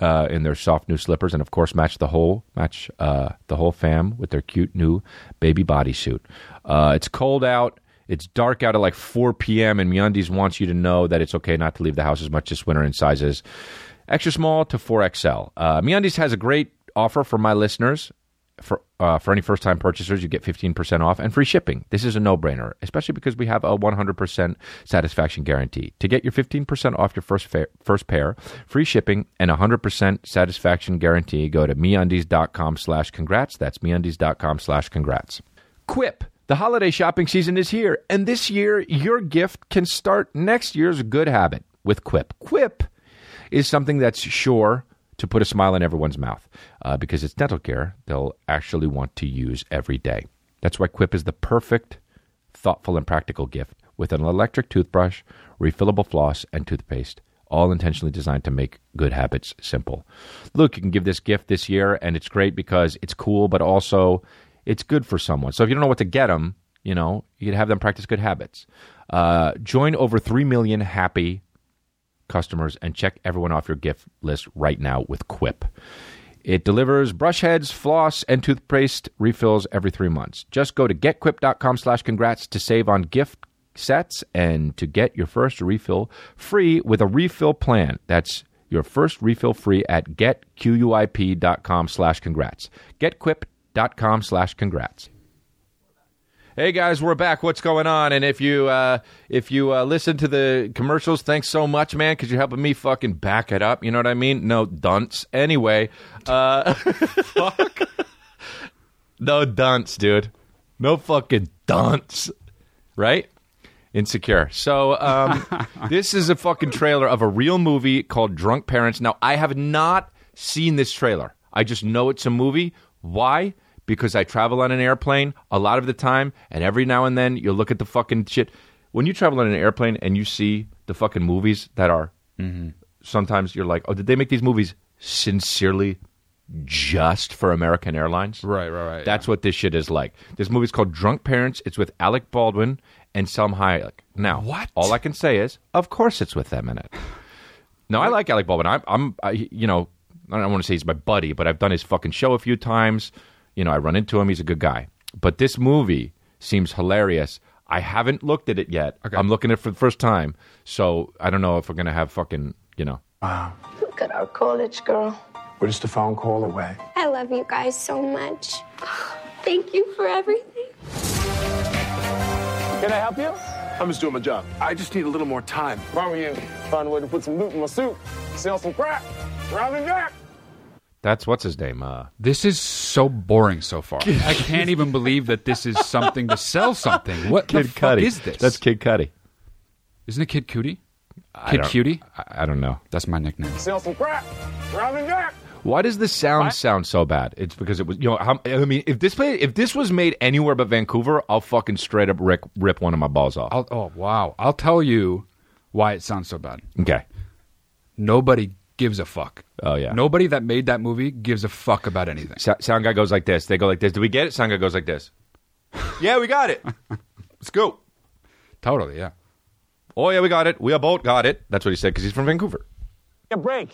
Speaker 1: uh, in their soft new slippers, and of course, match the whole match uh, the whole fam with their cute new baby bodysuit. Uh, it's cold out. It's dark out at like 4 p.m. And MeUndies wants you to know that it's okay not to leave the house as much this winter in sizes extra small to 4XL. Uh, MeUndies has a great offer for my listeners for uh, for any first time purchasers, you get 15% off and free shipping. This is a no brainer, especially because we have a 100% satisfaction guarantee. To get your 15% off your first fa- first pair, free shipping, and 100% satisfaction guarantee, go to meundies.com slash congrats. That's meundies.com slash congrats. Quip. The holiday shopping season is here, and this year your gift can start next year's good habit with Quip. Quip is something that's sure to put a smile in everyone's mouth uh, because it's dental care they'll actually want to use every day. That's why Quip is the perfect, thoughtful, and practical gift with an electric toothbrush, refillable floss, and toothpaste, all intentionally designed to make good habits simple. Look, you can give this gift this year, and it's great because it's cool, but also it's good for someone. So if you don't know what to get them, you know, you could have them practice good habits. Uh, join over 3 million happy customers and check everyone off your gift list right now with Quip. It delivers brush heads, floss, and toothpaste refills every three months. Just go to getquip.com slash congrats to save on gift sets and to get your first refill free with a refill plan. That's your first refill free at getquip.com slash congrats. Getquip.com slash congrats. Hey guys, we're back. What's going on? And if you uh, if you uh, listen to the commercials, thanks so much, man, because you're helping me fucking back it up. You know what I mean? No dunce. Anyway, uh, no dunce, dude. No fucking dunce. Right? Insecure. So um, this is a fucking trailer of a real movie called Drunk Parents. Now I have not seen this trailer. I just know it's a movie. Why? Because I travel on an airplane a lot of the time, and every now and then you'll look at the fucking shit. When you travel on an airplane and you see the fucking movies that are, sometimes you're like, oh, did they make these movies sincerely just for American Airlines?
Speaker 3: Right, right, right.
Speaker 1: That's what this shit is like. This movie's called Drunk Parents. It's with Alec Baldwin and Selma Hayek. Now,
Speaker 3: What?
Speaker 1: All I can say is, of course, it's with them in it. No, I like Alec Baldwin. I'm, I'm I, you know, I don't want to say he's my buddy, but I've done his fucking show a few times. You know, I run into him. He's a good guy. But this movie seems hilarious. I haven't looked at it yet. I'm looking at it for the first time, so I don't know if we're gonna have fucking, you know.
Speaker 4: Look at our college girl.
Speaker 5: We're just a phone call away.
Speaker 6: I love you guys so much. Thank you for everything.
Speaker 7: Can I help you?
Speaker 5: I'm just doing my job. I just need a little more time.
Speaker 7: If I were you, Oh, find a way to put some loot in my suit, sell some crack, rob me back.
Speaker 1: That's what's his name. Uh,
Speaker 3: This is so boring so far. I can't even believe that this is something to sell something. What the
Speaker 1: Kid
Speaker 3: fuck
Speaker 1: Cudi.
Speaker 3: is this?
Speaker 1: That's Kid Cudi.
Speaker 3: Isn't it Kid Cutie?
Speaker 1: I
Speaker 3: Kid
Speaker 1: don't-
Speaker 3: Cutie?
Speaker 1: I, I don't know.
Speaker 3: That's my nickname.
Speaker 7: Sell some crack, rob me back.
Speaker 1: Why does the sound sound so bad? It's because it was you know how, I mean if this play if this was made anywhere but Vancouver, I'll fucking straight up rip, rip one of my balls off.
Speaker 3: I'll, oh wow! I'll tell you why it sounds so bad.
Speaker 1: okay,
Speaker 3: Nobody gives a fuck.
Speaker 1: Oh, yeah.
Speaker 3: Nobody that made that movie gives a fuck about anything.
Speaker 1: so, sound guy goes like this. They go like this. Do we get it? Sound guy goes like this. (laughs) yeah, we got it. Let's go.
Speaker 3: Totally. Yeah.
Speaker 1: Oh yeah, we got it. We both got it. That's what he said because he's from Vancouver.
Speaker 7: A break.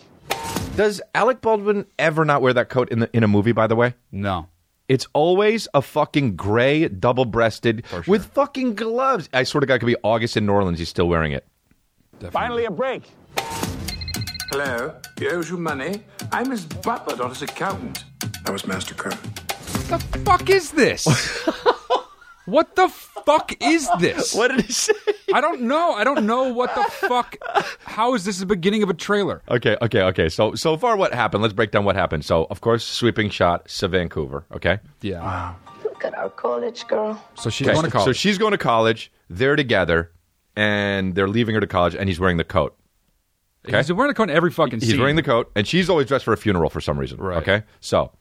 Speaker 1: Does Alec Baldwin ever not wear that coat in the in a movie? By the way,
Speaker 3: No.
Speaker 1: It's always a fucking gray, double breasted with fucking gloves. I swear to God, it could be August in New Orleans. He's still wearing it.
Speaker 7: Finally, a break.
Speaker 5: Hello? He owes you money? I'm his butler, not his accountant. That was MasterCard.
Speaker 3: The fuck
Speaker 1: (laughs)
Speaker 3: is this? what the fuck is this?
Speaker 1: What did he say?
Speaker 3: I don't know. I don't know what the fuck. How is this the beginning of a trailer?
Speaker 1: Okay, okay, okay. So so far, what happened? Let's break down what happened. So, of course, sweeping shot to Vancouver. Okay,
Speaker 3: Yeah.
Speaker 4: Look at our college girl.
Speaker 3: So she's
Speaker 1: okay.
Speaker 3: going to college.
Speaker 1: So she's going to college. They're together, and they're leaving her to college, and he's wearing the coat. okay.
Speaker 3: He's wearing a coat in every fucking
Speaker 1: He's
Speaker 3: scene.
Speaker 1: wearing the coat, and she's always dressed for a funeral for some reason.
Speaker 3: Right.
Speaker 1: Okay, so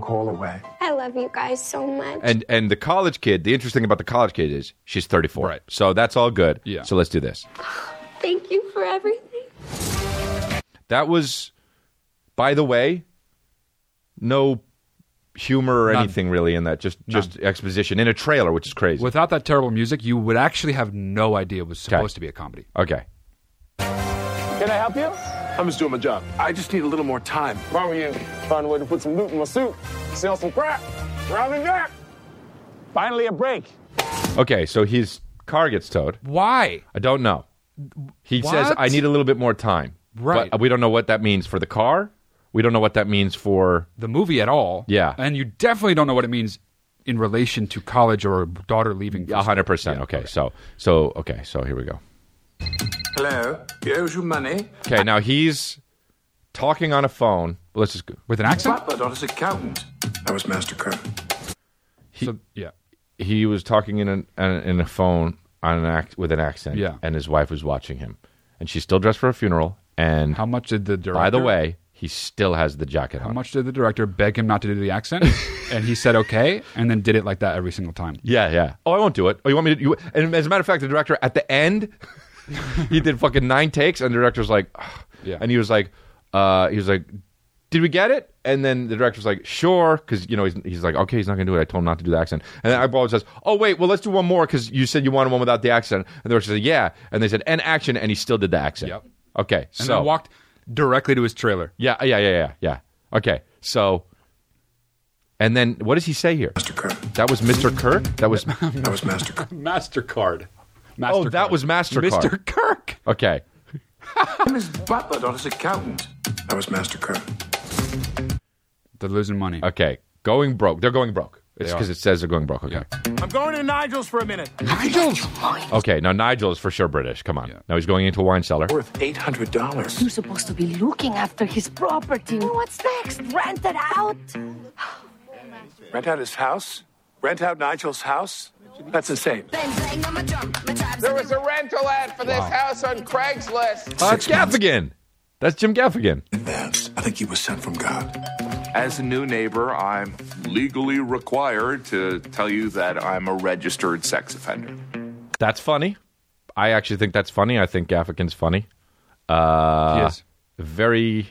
Speaker 5: call away.
Speaker 6: I love you guys so much.
Speaker 1: And and the college kid, the interesting thing about the college kid is she's 34.
Speaker 3: Right.
Speaker 1: So that's all good.
Speaker 3: Yeah.
Speaker 1: So let's do this.
Speaker 6: Thank you for everything.
Speaker 1: That was, by the way, no humor or
Speaker 3: None.
Speaker 1: anything really in that. Just just exposition in a trailer, which is crazy.
Speaker 3: Without that terrible music, you would actually have no idea it was
Speaker 1: Okay.
Speaker 3: supposed to be a comedy.
Speaker 1: okay.
Speaker 7: Can I help you?
Speaker 5: I'm just doing my job. I just need a little more time.
Speaker 7: If I were you, Oh, find a way to put some loot in my suit, sell some crack, drive me back. Finally, a break.
Speaker 1: Okay. So his car gets towed.
Speaker 3: Why?
Speaker 1: I don't know. He says
Speaker 3: What?
Speaker 1: I need a little bit more time.
Speaker 3: Right.
Speaker 1: But we don't know what that means for the car. We don't know what that means for
Speaker 3: The movie at all?
Speaker 1: Yeah.
Speaker 3: And you definitely don't know what it means in relation to college or a daughter leaving. for
Speaker 1: a hundred percent.
Speaker 3: Yeah,
Speaker 1: Okay. So so okay. So here we go.
Speaker 5: Hello, he owes you money.
Speaker 1: Okay. Now he's talking on a phone. Let's just go.
Speaker 3: With an accent?
Speaker 5: Papa on his accountant. That was MasterCard.
Speaker 3: So, yeah.
Speaker 1: he was talking in an, an in a phone on an act with an accent,
Speaker 3: Yeah.
Speaker 1: and his wife was watching him, and she's still dressed for a funeral. And
Speaker 3: How much did the director?
Speaker 1: by the way, he still has the jacket
Speaker 3: how
Speaker 1: on.
Speaker 3: much did the director beg him not to do
Speaker 1: (laughs)
Speaker 3: the accent? and he said okay, and then did it like that every single time.
Speaker 1: Yeah, yeah. Oh, I won't do it. Oh, you want me to? You, and as a matter of fact, the director at the end, (laughs) he did fucking nine takes, and the director's like, "Ugh."
Speaker 3: Yeah.
Speaker 1: and he was like, uh, he was like, did we get it? And then the director's like, sure, because you know he's, he's like, okay, he's not gonna do it. I told him not to do the accent. And then Eyeball says, oh wait, well let's do one more because you said you wanted one without the accent. And the director said, yeah, and they said, and action, and he still did the accent.
Speaker 3: Yep.
Speaker 1: Okay.
Speaker 3: And
Speaker 1: so
Speaker 3: then walked directly to his trailer.
Speaker 1: yeah, yeah, yeah, yeah, yeah. Okay. So, and then what does he say here?
Speaker 5: MasterCard.
Speaker 1: That was Mr. Kirk. That was.
Speaker 5: That was (laughs) MasterCard.
Speaker 3: Mastercard. Mastercard.
Speaker 1: Oh, that was Mastercard.
Speaker 3: Mr. Kirk.
Speaker 1: Okay.
Speaker 5: I'm his Papa on his accountant. That was MasterCard.
Speaker 3: They're losing money.
Speaker 1: Okay. Going broke. They're going broke. It's
Speaker 3: They are.
Speaker 1: because it says they're going broke. Okay.
Speaker 8: I'm going to Nigel's for a minute.
Speaker 1: Okay. Now Nigel is for sure British. Come on. Now he's going into a wine cellar.
Speaker 5: Worth $800.
Speaker 9: You're supposed to be looking after his property. What's next? Rent it out?
Speaker 5: Rent out his house? Rent out Nigel's house? That's insane.
Speaker 7: There was a rental ad for this house on Craigslist.
Speaker 1: Uh,
Speaker 5: Six months.
Speaker 1: Gaffigan. That's Jim Gaffigan.
Speaker 5: Advance. I think he was sent from God.
Speaker 8: As a new neighbor, I'm legally required to tell you that I'm a registered sex offender.
Speaker 1: That's funny. I actually think that's funny. I think Gaffigan's funny.
Speaker 3: He
Speaker 1: Uh,
Speaker 3: is.
Speaker 1: Very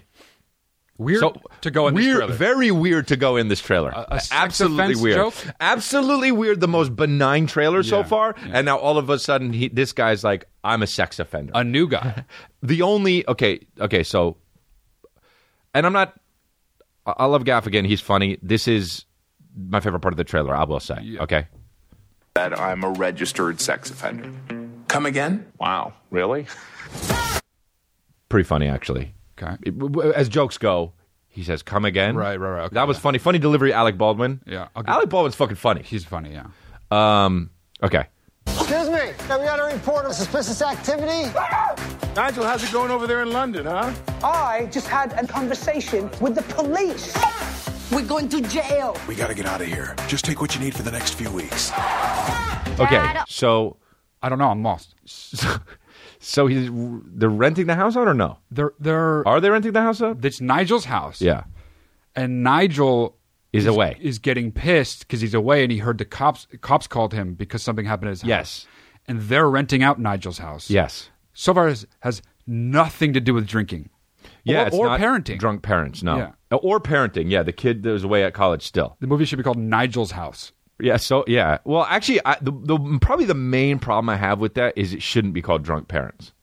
Speaker 3: Weird
Speaker 1: so
Speaker 3: to go in this
Speaker 1: weird,
Speaker 3: trailer.
Speaker 1: Very weird to go in this trailer.
Speaker 3: a sex
Speaker 1: Absolutely
Speaker 3: offense
Speaker 1: weird.
Speaker 3: joke?
Speaker 1: Absolutely weird. The most benign trailer so
Speaker 3: Yeah,
Speaker 1: far, and now all of a sudden, he, this guy's like, "I'm a sex offender."
Speaker 3: a
Speaker 1: (laughs)
Speaker 3: new guy.
Speaker 1: the only okay okay so and i'm not i I love gaffigan he's funny this is my favorite part of the trailer i will say okay
Speaker 8: That I'm a registered sex offender.
Speaker 5: Come again?
Speaker 8: Wow, really?
Speaker 1: pretty funny actually
Speaker 3: Okay.
Speaker 1: It- w- w- as jokes go he says come again
Speaker 3: Right, right, right, okay,
Speaker 1: that was
Speaker 3: yeah.
Speaker 1: funny funny delivery alec baldwin
Speaker 3: Yeah, I'll give-
Speaker 1: alec baldwin's fucking funny
Speaker 3: He's funny, yeah.
Speaker 1: um okay
Speaker 10: Excuse me, have we got a report of suspicious activity?
Speaker 5: Nigel, how's it going over there in London, huh?
Speaker 10: I just had a conversation with the police.
Speaker 9: We're going to jail.
Speaker 5: We gotta get out of here. Just take what you need for the next few weeks.
Speaker 1: okay so
Speaker 3: I don't know. I'm lost.
Speaker 1: so he's they're renting the house out or no
Speaker 3: They're they're.
Speaker 1: are they renting the house out
Speaker 3: it's Nigel's house.
Speaker 1: yeah
Speaker 3: and Nigel
Speaker 1: Is away.
Speaker 3: Is getting pissed because he's away, and he heard the cops. Cops called him because something happened at his house.
Speaker 1: Yes.
Speaker 3: and they're renting out Nigel's house.
Speaker 1: yes
Speaker 3: so far has, has nothing to do with drinking.
Speaker 1: yeah
Speaker 3: or,
Speaker 1: it's
Speaker 3: or
Speaker 1: not
Speaker 3: parenting.
Speaker 1: drunk parents no
Speaker 3: Yeah.
Speaker 1: or parenting yeah the kid that was away at college still
Speaker 3: The movie should be called Nigel's House.
Speaker 1: Yeah. So yeah. Well, actually, I, the, the probably the main problem I have with that is it shouldn't be called drunk parents.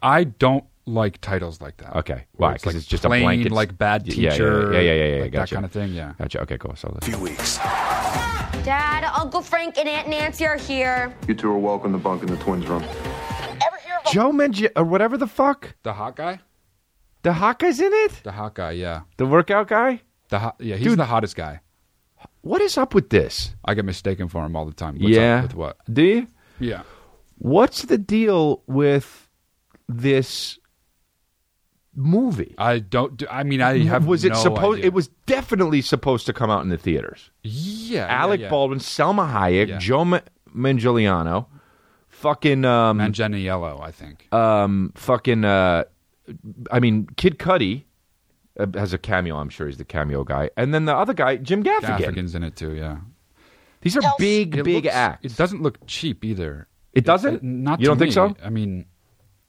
Speaker 3: I don't like titles like that.
Speaker 1: Okay.
Speaker 3: Where
Speaker 1: Why?
Speaker 3: It's
Speaker 1: Because
Speaker 3: like
Speaker 1: it's just a
Speaker 3: plain,
Speaker 1: blanket.
Speaker 3: like bad
Speaker 1: Yeah, yeah,
Speaker 3: teacher.
Speaker 1: Yeah, yeah, yeah, yeah. yeah,
Speaker 3: like
Speaker 1: gotcha.
Speaker 3: That kind of thing. Yeah.
Speaker 1: Gotcha. Okay. Cool. So let's-
Speaker 5: Few weeks.
Speaker 9: Dad, Uncle Frank, and Aunt Nancy are here.
Speaker 2: You two are welcome to bunk in the twins' room.
Speaker 1: Joe Mangi- or whatever the fuck
Speaker 3: The hot guy.
Speaker 1: the hot guy's in it.
Speaker 3: The hot guy. Yeah.
Speaker 1: The workout guy.
Speaker 3: The hot. Yeah. He's the hottest guy.
Speaker 1: What is up with this?
Speaker 3: I get mistaken for him all the time. What's up
Speaker 1: yeah.
Speaker 3: with what?
Speaker 1: Do you?
Speaker 3: Yeah.
Speaker 1: What's the deal with this movie?
Speaker 3: I don't. Do, I mean, I have.
Speaker 1: was it
Speaker 3: no
Speaker 1: supposed?
Speaker 3: idea.
Speaker 1: It was definitely supposed to come out in the theaters.
Speaker 3: Yeah.
Speaker 1: Alec
Speaker 3: yeah, yeah.
Speaker 1: Baldwin, Selma Hayek,
Speaker 3: Yeah.
Speaker 1: Joe Ma- Manganiello, fucking um, uh,
Speaker 3: Manganiello, I think.
Speaker 1: um, fucking uh, I mean Kid Cudi, uh, has a cameo. I'm sure he's the cameo guy. And then the other guy, Jim Gaffigan.
Speaker 3: Gaffigan's in it too. Yeah,
Speaker 1: These are big,
Speaker 3: It
Speaker 1: big
Speaker 3: looks-
Speaker 1: acts.
Speaker 3: It doesn't look cheap either. uh,
Speaker 1: It doesn't?
Speaker 3: not
Speaker 1: You
Speaker 3: to
Speaker 1: don't think
Speaker 3: me.
Speaker 1: so?
Speaker 3: I mean,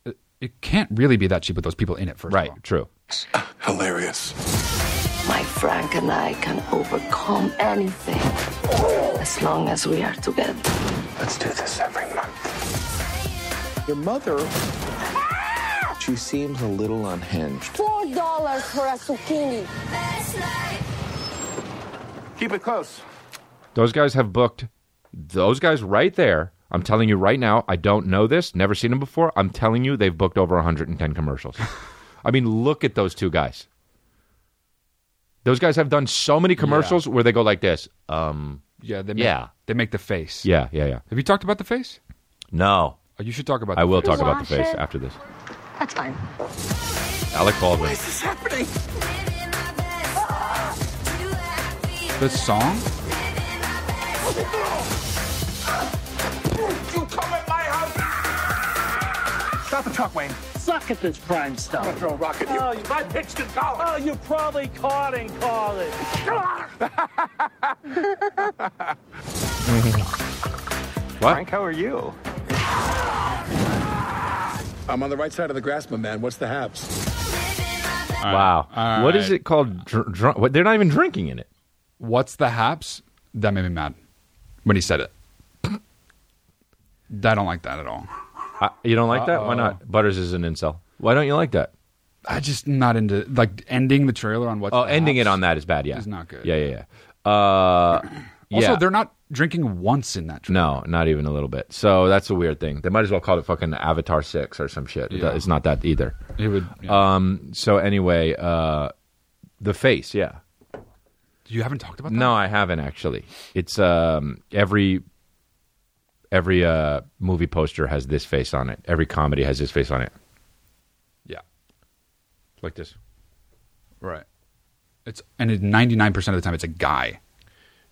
Speaker 3: it, it can't really be that cheap with those people in it. First,
Speaker 1: right.
Speaker 3: Of all.
Speaker 1: True.
Speaker 5: Hilarious.
Speaker 9: My Frank and I can overcome anything as long as we are together.
Speaker 5: Let's do this every month.
Speaker 11: Your mother. She seems a little unhinged.
Speaker 6: Four dollars for a zucchini.
Speaker 5: Keep it close.
Speaker 1: Those guys have booked those guys right there. I'm telling you right now, I don't know this, never seen them before. I'm telling you, they've booked over 110
Speaker 3: (laughs)
Speaker 1: commercials. I mean, look at those two guys. Those guys have done so many commercials where they go like this. Um,
Speaker 3: Yeah, they make,
Speaker 1: Yeah.
Speaker 3: they make the face.
Speaker 1: yeah, yeah, yeah.
Speaker 3: Have you talked about the face?
Speaker 1: No,
Speaker 3: Oh, you should talk about.
Speaker 1: I
Speaker 3: the
Speaker 1: will
Speaker 3: face.
Speaker 1: talk about the face after this.
Speaker 9: That's fine.
Speaker 1: Alec Baldwin.
Speaker 3: the song.
Speaker 5: You come at my house! Stop the truck, Wayne.
Speaker 7: Suck at this crime stuff.
Speaker 5: Throw a rock at you.
Speaker 7: Oh, you might pitch the dollar. Oh, you probably caught in college.
Speaker 1: What?
Speaker 11: how are you?
Speaker 5: I'm on the right side of the grass, my man. What's the haps?
Speaker 1: Wow.
Speaker 3: All
Speaker 1: What is
Speaker 3: right.
Speaker 1: it called? Dr- dr- what? They're not even drinking in it.
Speaker 3: What's the haps? That made me mad when he said it. I don't like that at all.
Speaker 1: I, you don't like that? Why not? Butters is an incel. Why don't you like that?
Speaker 3: I just not into like ending the trailer on what's
Speaker 1: Oh,
Speaker 3: the
Speaker 1: ending it
Speaker 3: haps.
Speaker 1: on that is bad. Yeah,
Speaker 3: is not good.
Speaker 1: Yeah, yeah, yeah. Uh,
Speaker 3: (clears throat) Also,
Speaker 1: yeah.
Speaker 3: they're not drinking once in that trailer.
Speaker 1: no, not even a little bit. So that's a weird thing. They might as well call it fucking Avatar Six or some shit.
Speaker 3: Yeah.
Speaker 1: It's not that either.
Speaker 3: It would. yeah.
Speaker 1: Um. So anyway, uh, the face. Yeah.
Speaker 3: you haven't talked about that?
Speaker 1: No, I haven't actually. It's um every every uh movie poster has this face on it. Every comedy has this face on it.
Speaker 3: Yeah.
Speaker 1: Like this.
Speaker 3: Right. It's and it, 99% of the time it's a guy.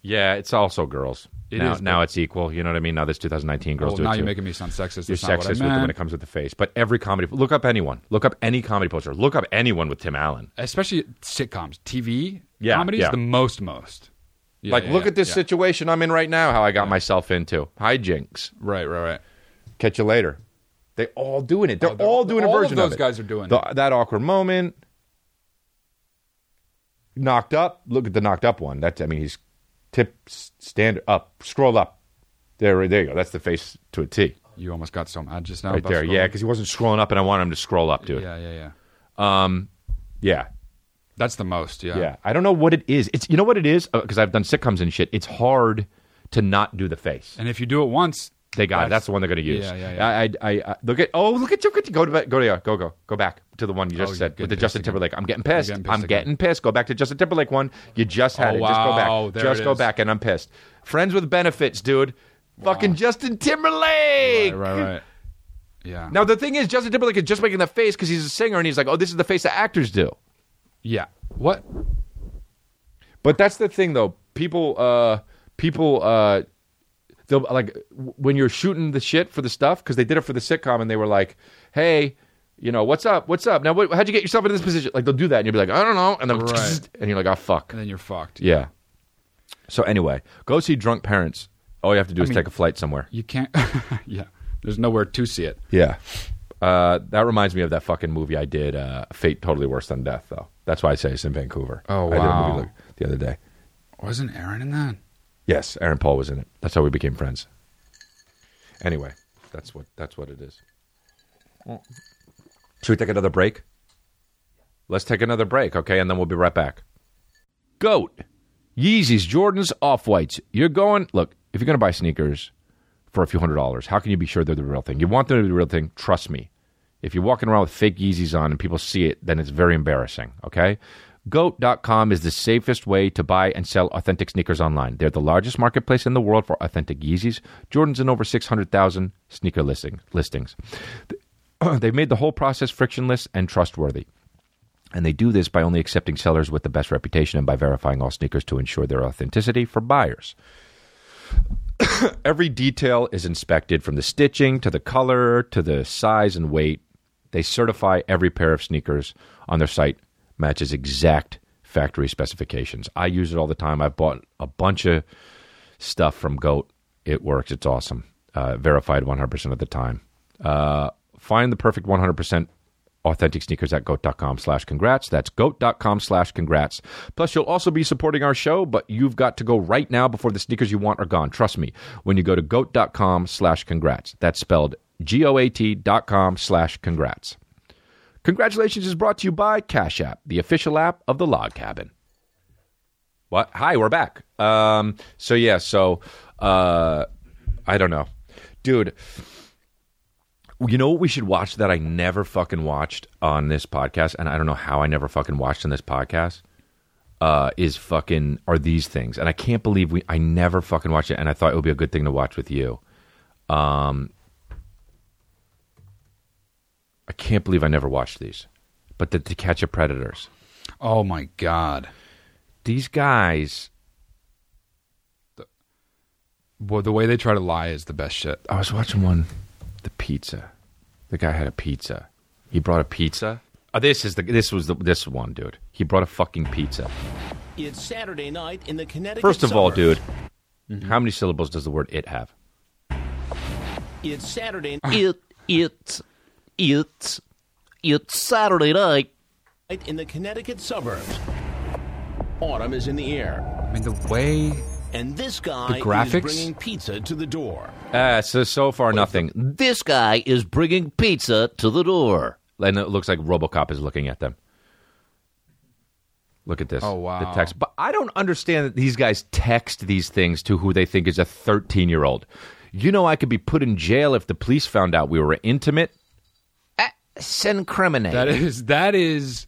Speaker 1: Yeah, it's also girls.
Speaker 3: It
Speaker 1: now,
Speaker 3: is,
Speaker 1: now
Speaker 3: but-
Speaker 1: it's equal. You know what I mean? Now this 2019 girls
Speaker 3: well,
Speaker 1: do
Speaker 3: now
Speaker 1: it too.
Speaker 3: you're making me sound sexist.
Speaker 1: You're
Speaker 3: That's not what I
Speaker 1: sexist with it when
Speaker 3: meant.
Speaker 1: it comes with the face. But every comedy, look up anyone. Look up any comedy poster. Look up anyone with Tim Allen.
Speaker 3: Especially sitcoms, TV
Speaker 1: Yeah,
Speaker 3: comedies,
Speaker 1: yeah.
Speaker 3: the most most. Yeah,
Speaker 1: like,
Speaker 3: yeah,
Speaker 1: look
Speaker 3: yeah,
Speaker 1: at this
Speaker 3: yeah.
Speaker 1: situation I'm in right now. How I got myself into hijinks.
Speaker 3: Right, right, right.
Speaker 1: Catch you later. They all doing it. They're,
Speaker 3: Oh, they're-
Speaker 1: all doing
Speaker 3: all
Speaker 1: a
Speaker 3: of
Speaker 1: version
Speaker 3: those
Speaker 1: it.
Speaker 3: guys are doing
Speaker 1: The- that awkward moment. Knocked up. Look at the knocked up one. That's I mean he's tip stand up. Scroll up. There, there you go. That's the face to a T
Speaker 3: You almost got so mad just now.
Speaker 1: right
Speaker 3: about
Speaker 1: there.
Speaker 3: scrolling.
Speaker 1: Yeah, because he wasn't scrolling up, and I want him to scroll up, dude.
Speaker 3: Oh, Yeah, yeah, yeah.
Speaker 1: yeah.
Speaker 3: That's the most, yeah.
Speaker 1: Yeah, I don't know what it is. It's you know what it is because I've done sitcoms and shit. It's hard to not do the face.
Speaker 3: And if you do it once,
Speaker 1: They got it. That's the one they're going to use.
Speaker 3: Yeah, yeah, yeah.
Speaker 1: I, I, I, I look at oh look at you. Look at you. Go to go to go go go back to the one you just
Speaker 3: Oh, you're
Speaker 1: said with the
Speaker 3: getting
Speaker 1: Justin
Speaker 3: pissed
Speaker 1: Timberlake. I'm getting pissed.
Speaker 3: getting pissed
Speaker 1: I'm
Speaker 3: again.
Speaker 1: getting pissed. Go back to Justin Timberlake one. You just had
Speaker 3: Oh,
Speaker 1: it. Just go
Speaker 3: wow.
Speaker 1: back.
Speaker 3: There
Speaker 1: just
Speaker 3: it
Speaker 1: go
Speaker 3: is.
Speaker 1: back. And I'm pissed. Friends with benefits, dude. Fucking Justin Timberlake.
Speaker 3: right, right, right. Yeah.
Speaker 1: Now the thing is, Justin Timberlake is just making the face because he's a singer and he's like, oh, this is the face that actors do.
Speaker 3: Yeah. What?
Speaker 1: But that's the thing, though. People, uh, people, uh, they'll like w- when you're shooting the shit for the stuff because they did it for the sitcom and they were like, "Hey, you know what's up? What's up? Now, what, how'd you get yourself into this position?" Like they'll do that, and you'll be like, "I don't know," and then
Speaker 3: Right.
Speaker 1: (laughs) and you're like, "Oh fuck,
Speaker 3: And then you're fucked.
Speaker 1: yeah." So anyway, go see Drunk Parents. All you have to do is take a flight somewhere.
Speaker 3: You can't. (laughs) yeah. There's nowhere to see it.
Speaker 1: Yeah. Uh, that reminds me of that fucking movie I did, uh, Fate Totally Worse Than Death, though. That's why I say it's in Vancouver.
Speaker 3: Oh,
Speaker 1: I did a
Speaker 3: wow.
Speaker 1: movie like, the other day.
Speaker 3: Wasn't Aaron in that?
Speaker 1: Yes, Aaron Paul was in it. That's how we became friends. Anyway, that's what that's what it is. Should we take another break? Let's take another break, okay, and then we'll be right back. Goat, Yeezys, Jordans, Off Whites. You're going. Look, if you're going to buy sneakers for a few hundred dollars, how can you be sure they're the real thing? You want them to be the real thing. Trust me. If you're walking around with fake Yeezys on and people see it, then it's very embarrassing, okay? Goat.com is the safest way to buy and sell authentic sneakers online. They're the largest marketplace in the world for authentic Yeezys, Jordans, and over 600,000 sneaker listing, listings. (clears throat) They've made the whole process frictionless and trustworthy. And they do this by only accepting sellers with the best reputation and by verifying all sneakers to ensure their authenticity for buyers. Every detail is inspected from the stitching to the color to the size and weight. They certify every pair of sneakers on their site matches exact factory specifications. I use it all the time. I've bought a bunch of stuff from Goat. It works. It's awesome. Uh, verified 100% of the time. Uh, find the perfect 100% authentic sneakers at goat.com slash congrats. That's goat.com slash congrats. Plus, you'll also be supporting our show, but you've got to go right now before the sneakers you want are gone. Trust me, when you go to goat.com slash congrats. That's spelled G O A T dot com slash congrats. Congratulations is brought to you by Cash App, the official app of the log cabin. What? Hi, we're back. Um, so, yeah, so uh, I don't know. Dude. You know what we should watch that I never fucking watched on this podcast, and I don't know how I never fucking watched on this podcast. Uh, is fucking are these things, and I can't believe we I never fucking watched it, and I thought it would be a good thing to watch with you. Um, I can't believe I never watched these, but the To Catch a Predators.
Speaker 3: Oh my god,
Speaker 1: these guys.
Speaker 3: Well, the way they try to lie is the best shit.
Speaker 1: I was watching one the pizza. The guy had a pizza. He brought a pizza. Oh, this is the this was the this one, dude. He brought a fucking pizza.
Speaker 12: It's Saturday night in the Connecticut.
Speaker 1: First of all, dude,
Speaker 12: suburbs.
Speaker 13: Mm-hmm.
Speaker 1: how many syllables does the word it have?
Speaker 12: It's Saturday.
Speaker 13: It, it, it, it's Saturday night.
Speaker 12: night in the Connecticut suburbs. Autumn is in the air,
Speaker 3: I mean, the way
Speaker 12: and this guy
Speaker 3: The graphics?
Speaker 12: is bringing pizza to the door.
Speaker 1: Uh, so so far nothing.
Speaker 13: This guy is bringing pizza to the door.
Speaker 1: And it looks like RoboCop is looking at them. Look at this.
Speaker 13: Oh, wow.
Speaker 1: The text, but I don't understand that these guys text these things to who they think is a thirteen-year-old. You know, I could be put in jail if the police found out we were intimate.
Speaker 13: Eh,
Speaker 1: Incriminate.
Speaker 3: that is that is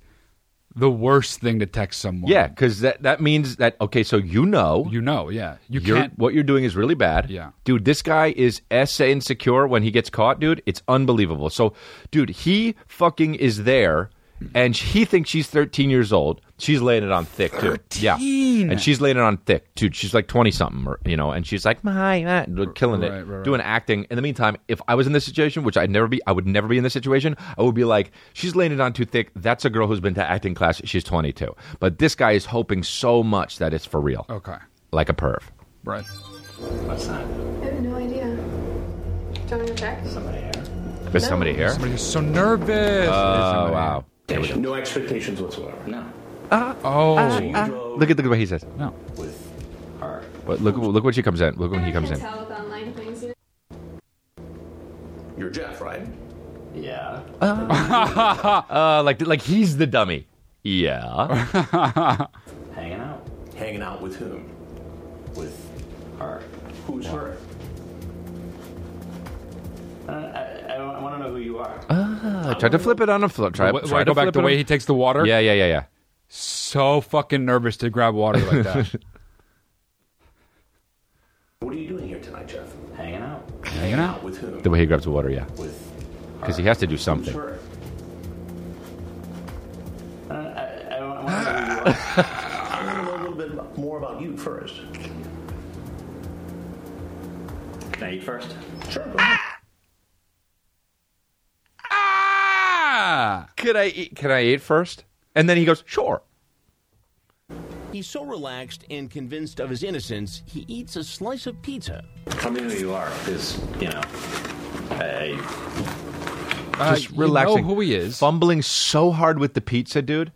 Speaker 3: the worst thing to text someone.
Speaker 1: Yeah, because that that means that okay, so you know,
Speaker 3: you know, yeah, you
Speaker 1: You're-
Speaker 3: can't.
Speaker 1: What you're doing is really bad.
Speaker 3: Yeah.
Speaker 1: Dude, this guy is S insecure when he gets caught, dude. It's unbelievable. So, dude, he fucking is there and he thinks she's 13 years old. She's laying it on thick, dude. Yeah.
Speaker 13: 13.
Speaker 1: And she's laying it on thick, dude. She's like 20 something, or you know, and she's like, my, my," dude, killing it,
Speaker 13: Right, right, right.
Speaker 1: doing acting. In the meantime, if I was in this situation, which I'd never be, I would never be in this situation, I would be like, she's laying it on too thick. That's a girl who's been to acting class. She's 22. But this guy is hoping so much that it's for
Speaker 13: Oh.
Speaker 1: real.
Speaker 3: Okay.
Speaker 1: Like a perv.
Speaker 3: Right.
Speaker 14: What's that?
Speaker 15: I have no idea. Do you want me to check? Somebody here.
Speaker 1: There's somebody here.
Speaker 3: Somebody who's so nervous.
Speaker 1: Oh wow!
Speaker 14: No expectations whatsoever. No.
Speaker 3: oh,
Speaker 1: look at the way he says.
Speaker 3: No.
Speaker 1: But look, look what she comes in. Look when he comes in.
Speaker 15: Tell with online things. You
Speaker 14: You're Jeff, right? Yeah.
Speaker 1: uh, like, like he's the dummy. Yeah.
Speaker 14: Hanging out. Hanging out with whom? With her. Who's her? I, Uh, I, I want to know who you are.
Speaker 1: Ah, try to flip it on a flip. Try,
Speaker 3: Wait,
Speaker 1: try
Speaker 3: wait,
Speaker 1: to
Speaker 3: go back
Speaker 1: flip
Speaker 3: the
Speaker 1: it
Speaker 3: way
Speaker 1: on-
Speaker 3: he takes the water.
Speaker 1: Yeah, yeah, yeah, yeah.
Speaker 3: So fucking nervous to grab water like (laughs) that.
Speaker 14: What are you doing here tonight, Jeff? Hanging out.
Speaker 1: Hanging out.
Speaker 14: With whom?
Speaker 1: The way he grabs the water, yeah. Because he has to do something.
Speaker 14: Sure. I, I, I want to (sighs) know who you are. I want to know a little bit about- more about you first. Can I eat first? Sure. Go ahead.
Speaker 1: Ah! Could I eat? Can I eat first? And then he goes, "Sure."
Speaker 12: He's so relaxed and convinced of his innocence, he eats a slice of pizza.
Speaker 14: Tell me who you are, because you know. I,
Speaker 3: Uh,
Speaker 1: Just relaxing. Uh, who he is. Fumbling so hard with the pizza, dude.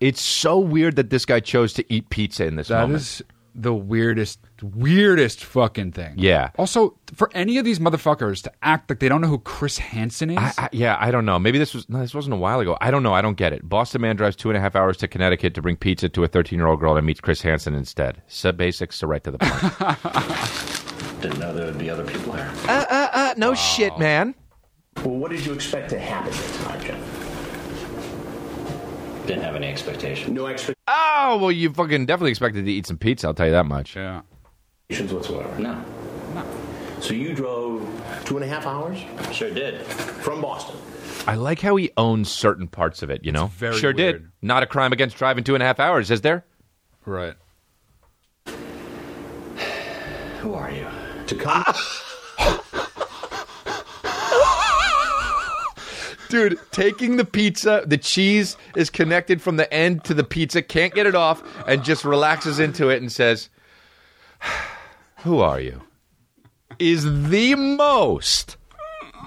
Speaker 1: It's so weird that this guy chose to eat pizza in this
Speaker 3: That
Speaker 1: moment.
Speaker 3: is the weirdest, weirdest fucking thing.
Speaker 1: yeah.
Speaker 3: Also, for any of these motherfuckers to act like they don't know who Chris Hansen is,
Speaker 1: I, yeah, I don't know. Maybe this was no, this wasn't a while ago. I don't know. I don't get it. Boston man drives two and a half hours to Connecticut to bring pizza to a thirteen-year-old girl and meets Chris Hansen instead. So basics, so right to the point.
Speaker 14: didn't know there would be other people here.
Speaker 1: uh, uh, uh, (laughs) no shit, man.
Speaker 14: Well, what did you expect to happen here tonight, Jeff? Didn't have any expectation. No expectations
Speaker 1: Oh well, you fucking definitely expected to eat some pizza. I'll tell you that much.
Speaker 3: Yeah.
Speaker 14: whatsoever. No. No. So you drove two and a half hours? Sure did. From Boston.
Speaker 1: I like how he owns certain parts of it. You know,
Speaker 14: very
Speaker 1: sure did. Not a crime against driving two and a half hours, is there?
Speaker 3: Right.
Speaker 14: Who are you? Ah! To come.
Speaker 1: Dude, taking the pizza, the cheese is connected from the end to the pizza, can't get it off, and just relaxes into it and says, (sighs) Who are you? Is the most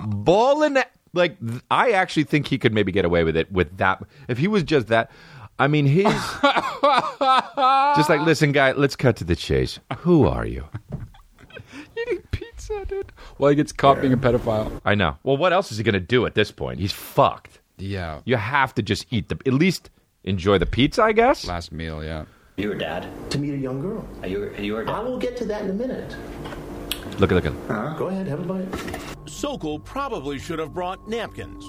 Speaker 1: ball in the- like th- I actually think he could maybe get away with it with that if he was just that. I mean, he's just like, listen, guy, let's cut to the chase. Who are you?
Speaker 3: Eating pizza, dude. Well, he gets caught being a pedophile.
Speaker 1: I know. Well, what else is he going to do at this point? He's fucked.
Speaker 3: Yeah.
Speaker 1: You have to just eat the, at least enjoy the pizza, I guess.
Speaker 3: Last meal, yeah.
Speaker 14: You were dad.
Speaker 16: To meet a young girl.
Speaker 14: Are you, are you a
Speaker 16: I
Speaker 14: dad?
Speaker 16: will get to that in a minute.
Speaker 1: Look at, look at.
Speaker 16: Go ahead, have a bite.
Speaker 12: Sokol probably should have brought napkins.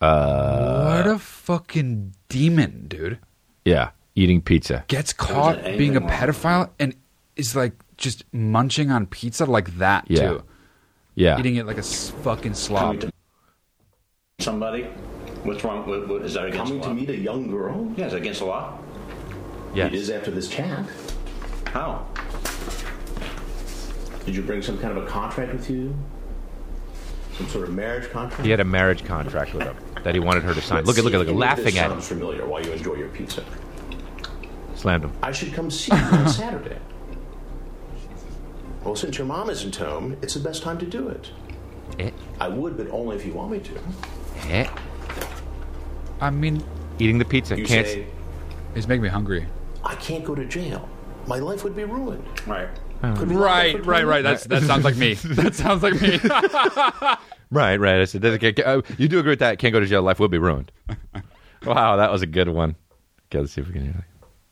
Speaker 1: Uh,
Speaker 3: What a fucking demon, dude.
Speaker 1: yeah. Eating pizza.
Speaker 3: Gets caught
Speaker 14: anything
Speaker 3: being a
Speaker 14: wrong?
Speaker 3: pedophile and is like just munching on pizza like that,
Speaker 1: Yeah.
Speaker 3: too.
Speaker 1: Yeah.
Speaker 3: Eating it like a s- fucking slob.
Speaker 14: Somebody? What's wrong? What, what, is that against
Speaker 16: Coming
Speaker 14: the
Speaker 16: to
Speaker 14: law?
Speaker 16: meet a young girl?
Speaker 14: Yeah, is it against the law?
Speaker 16: It is after this chat.
Speaker 14: How?
Speaker 16: Did you bring some kind of a contract with you? Some sort of marriage contract?
Speaker 1: He had a marriage contract with him that he wanted her to sign. Look at, look at, look at. Laughing at him.
Speaker 16: Sounds familiar while you enjoy your pizza.
Speaker 1: Slammed him.
Speaker 16: I should come see you on Saturday. Well, since your mom isn't home, it's the best time to do it.
Speaker 1: Eh,
Speaker 16: I would, but only if you want me to.
Speaker 1: eh.
Speaker 3: I mean,
Speaker 1: Eating the pizza.
Speaker 16: You
Speaker 1: Can't.
Speaker 16: say,
Speaker 3: it's making me hungry.
Speaker 16: I can't go to jail. My life would be ruined.
Speaker 14: Right.
Speaker 1: Oh.
Speaker 16: Could be locked up
Speaker 3: Right,
Speaker 16: for
Speaker 3: right,
Speaker 16: 20
Speaker 3: right. That's that sounds like (laughs) me. That sounds like me.
Speaker 1: Right, right. I said, doesn't get, uh, you do agree with that. Can't go to jail. Life will be (laughs) ruined. wow, that was a good one. Okay, let's see if we can hear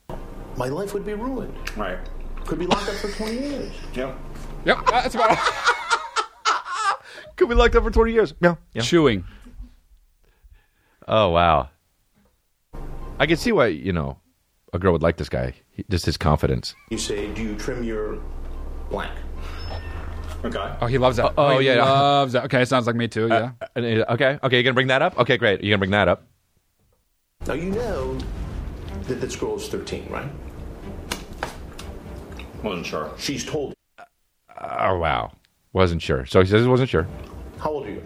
Speaker 1: that.
Speaker 16: My life would be ruined.
Speaker 14: Right.
Speaker 16: Could be locked up for 20 years.
Speaker 14: Yep.
Speaker 3: yep, that's about
Speaker 1: Could be locked up for 20 years. Yeah. yeah.
Speaker 3: (laughs) Chewing.
Speaker 1: Oh, wow. I can see why, you know, a girl would like this guy. He, just his confidence.
Speaker 16: You say, do you trim your blank?
Speaker 14: Okay.
Speaker 3: Oh, he loves that.
Speaker 1: oh,
Speaker 3: he
Speaker 1: yeah.
Speaker 3: loves that. Okay, it sounds like me too. Yeah.
Speaker 1: And, uh, Okay. Okay. You're going to bring that up? Okay, great. You're going to bring that up.
Speaker 16: Now, you know that this girl is 13, right?
Speaker 14: Wasn't sure.
Speaker 16: She's told
Speaker 1: Oh, wow. Wasn't sure. So he says he wasn't sure.
Speaker 16: you. How old are you?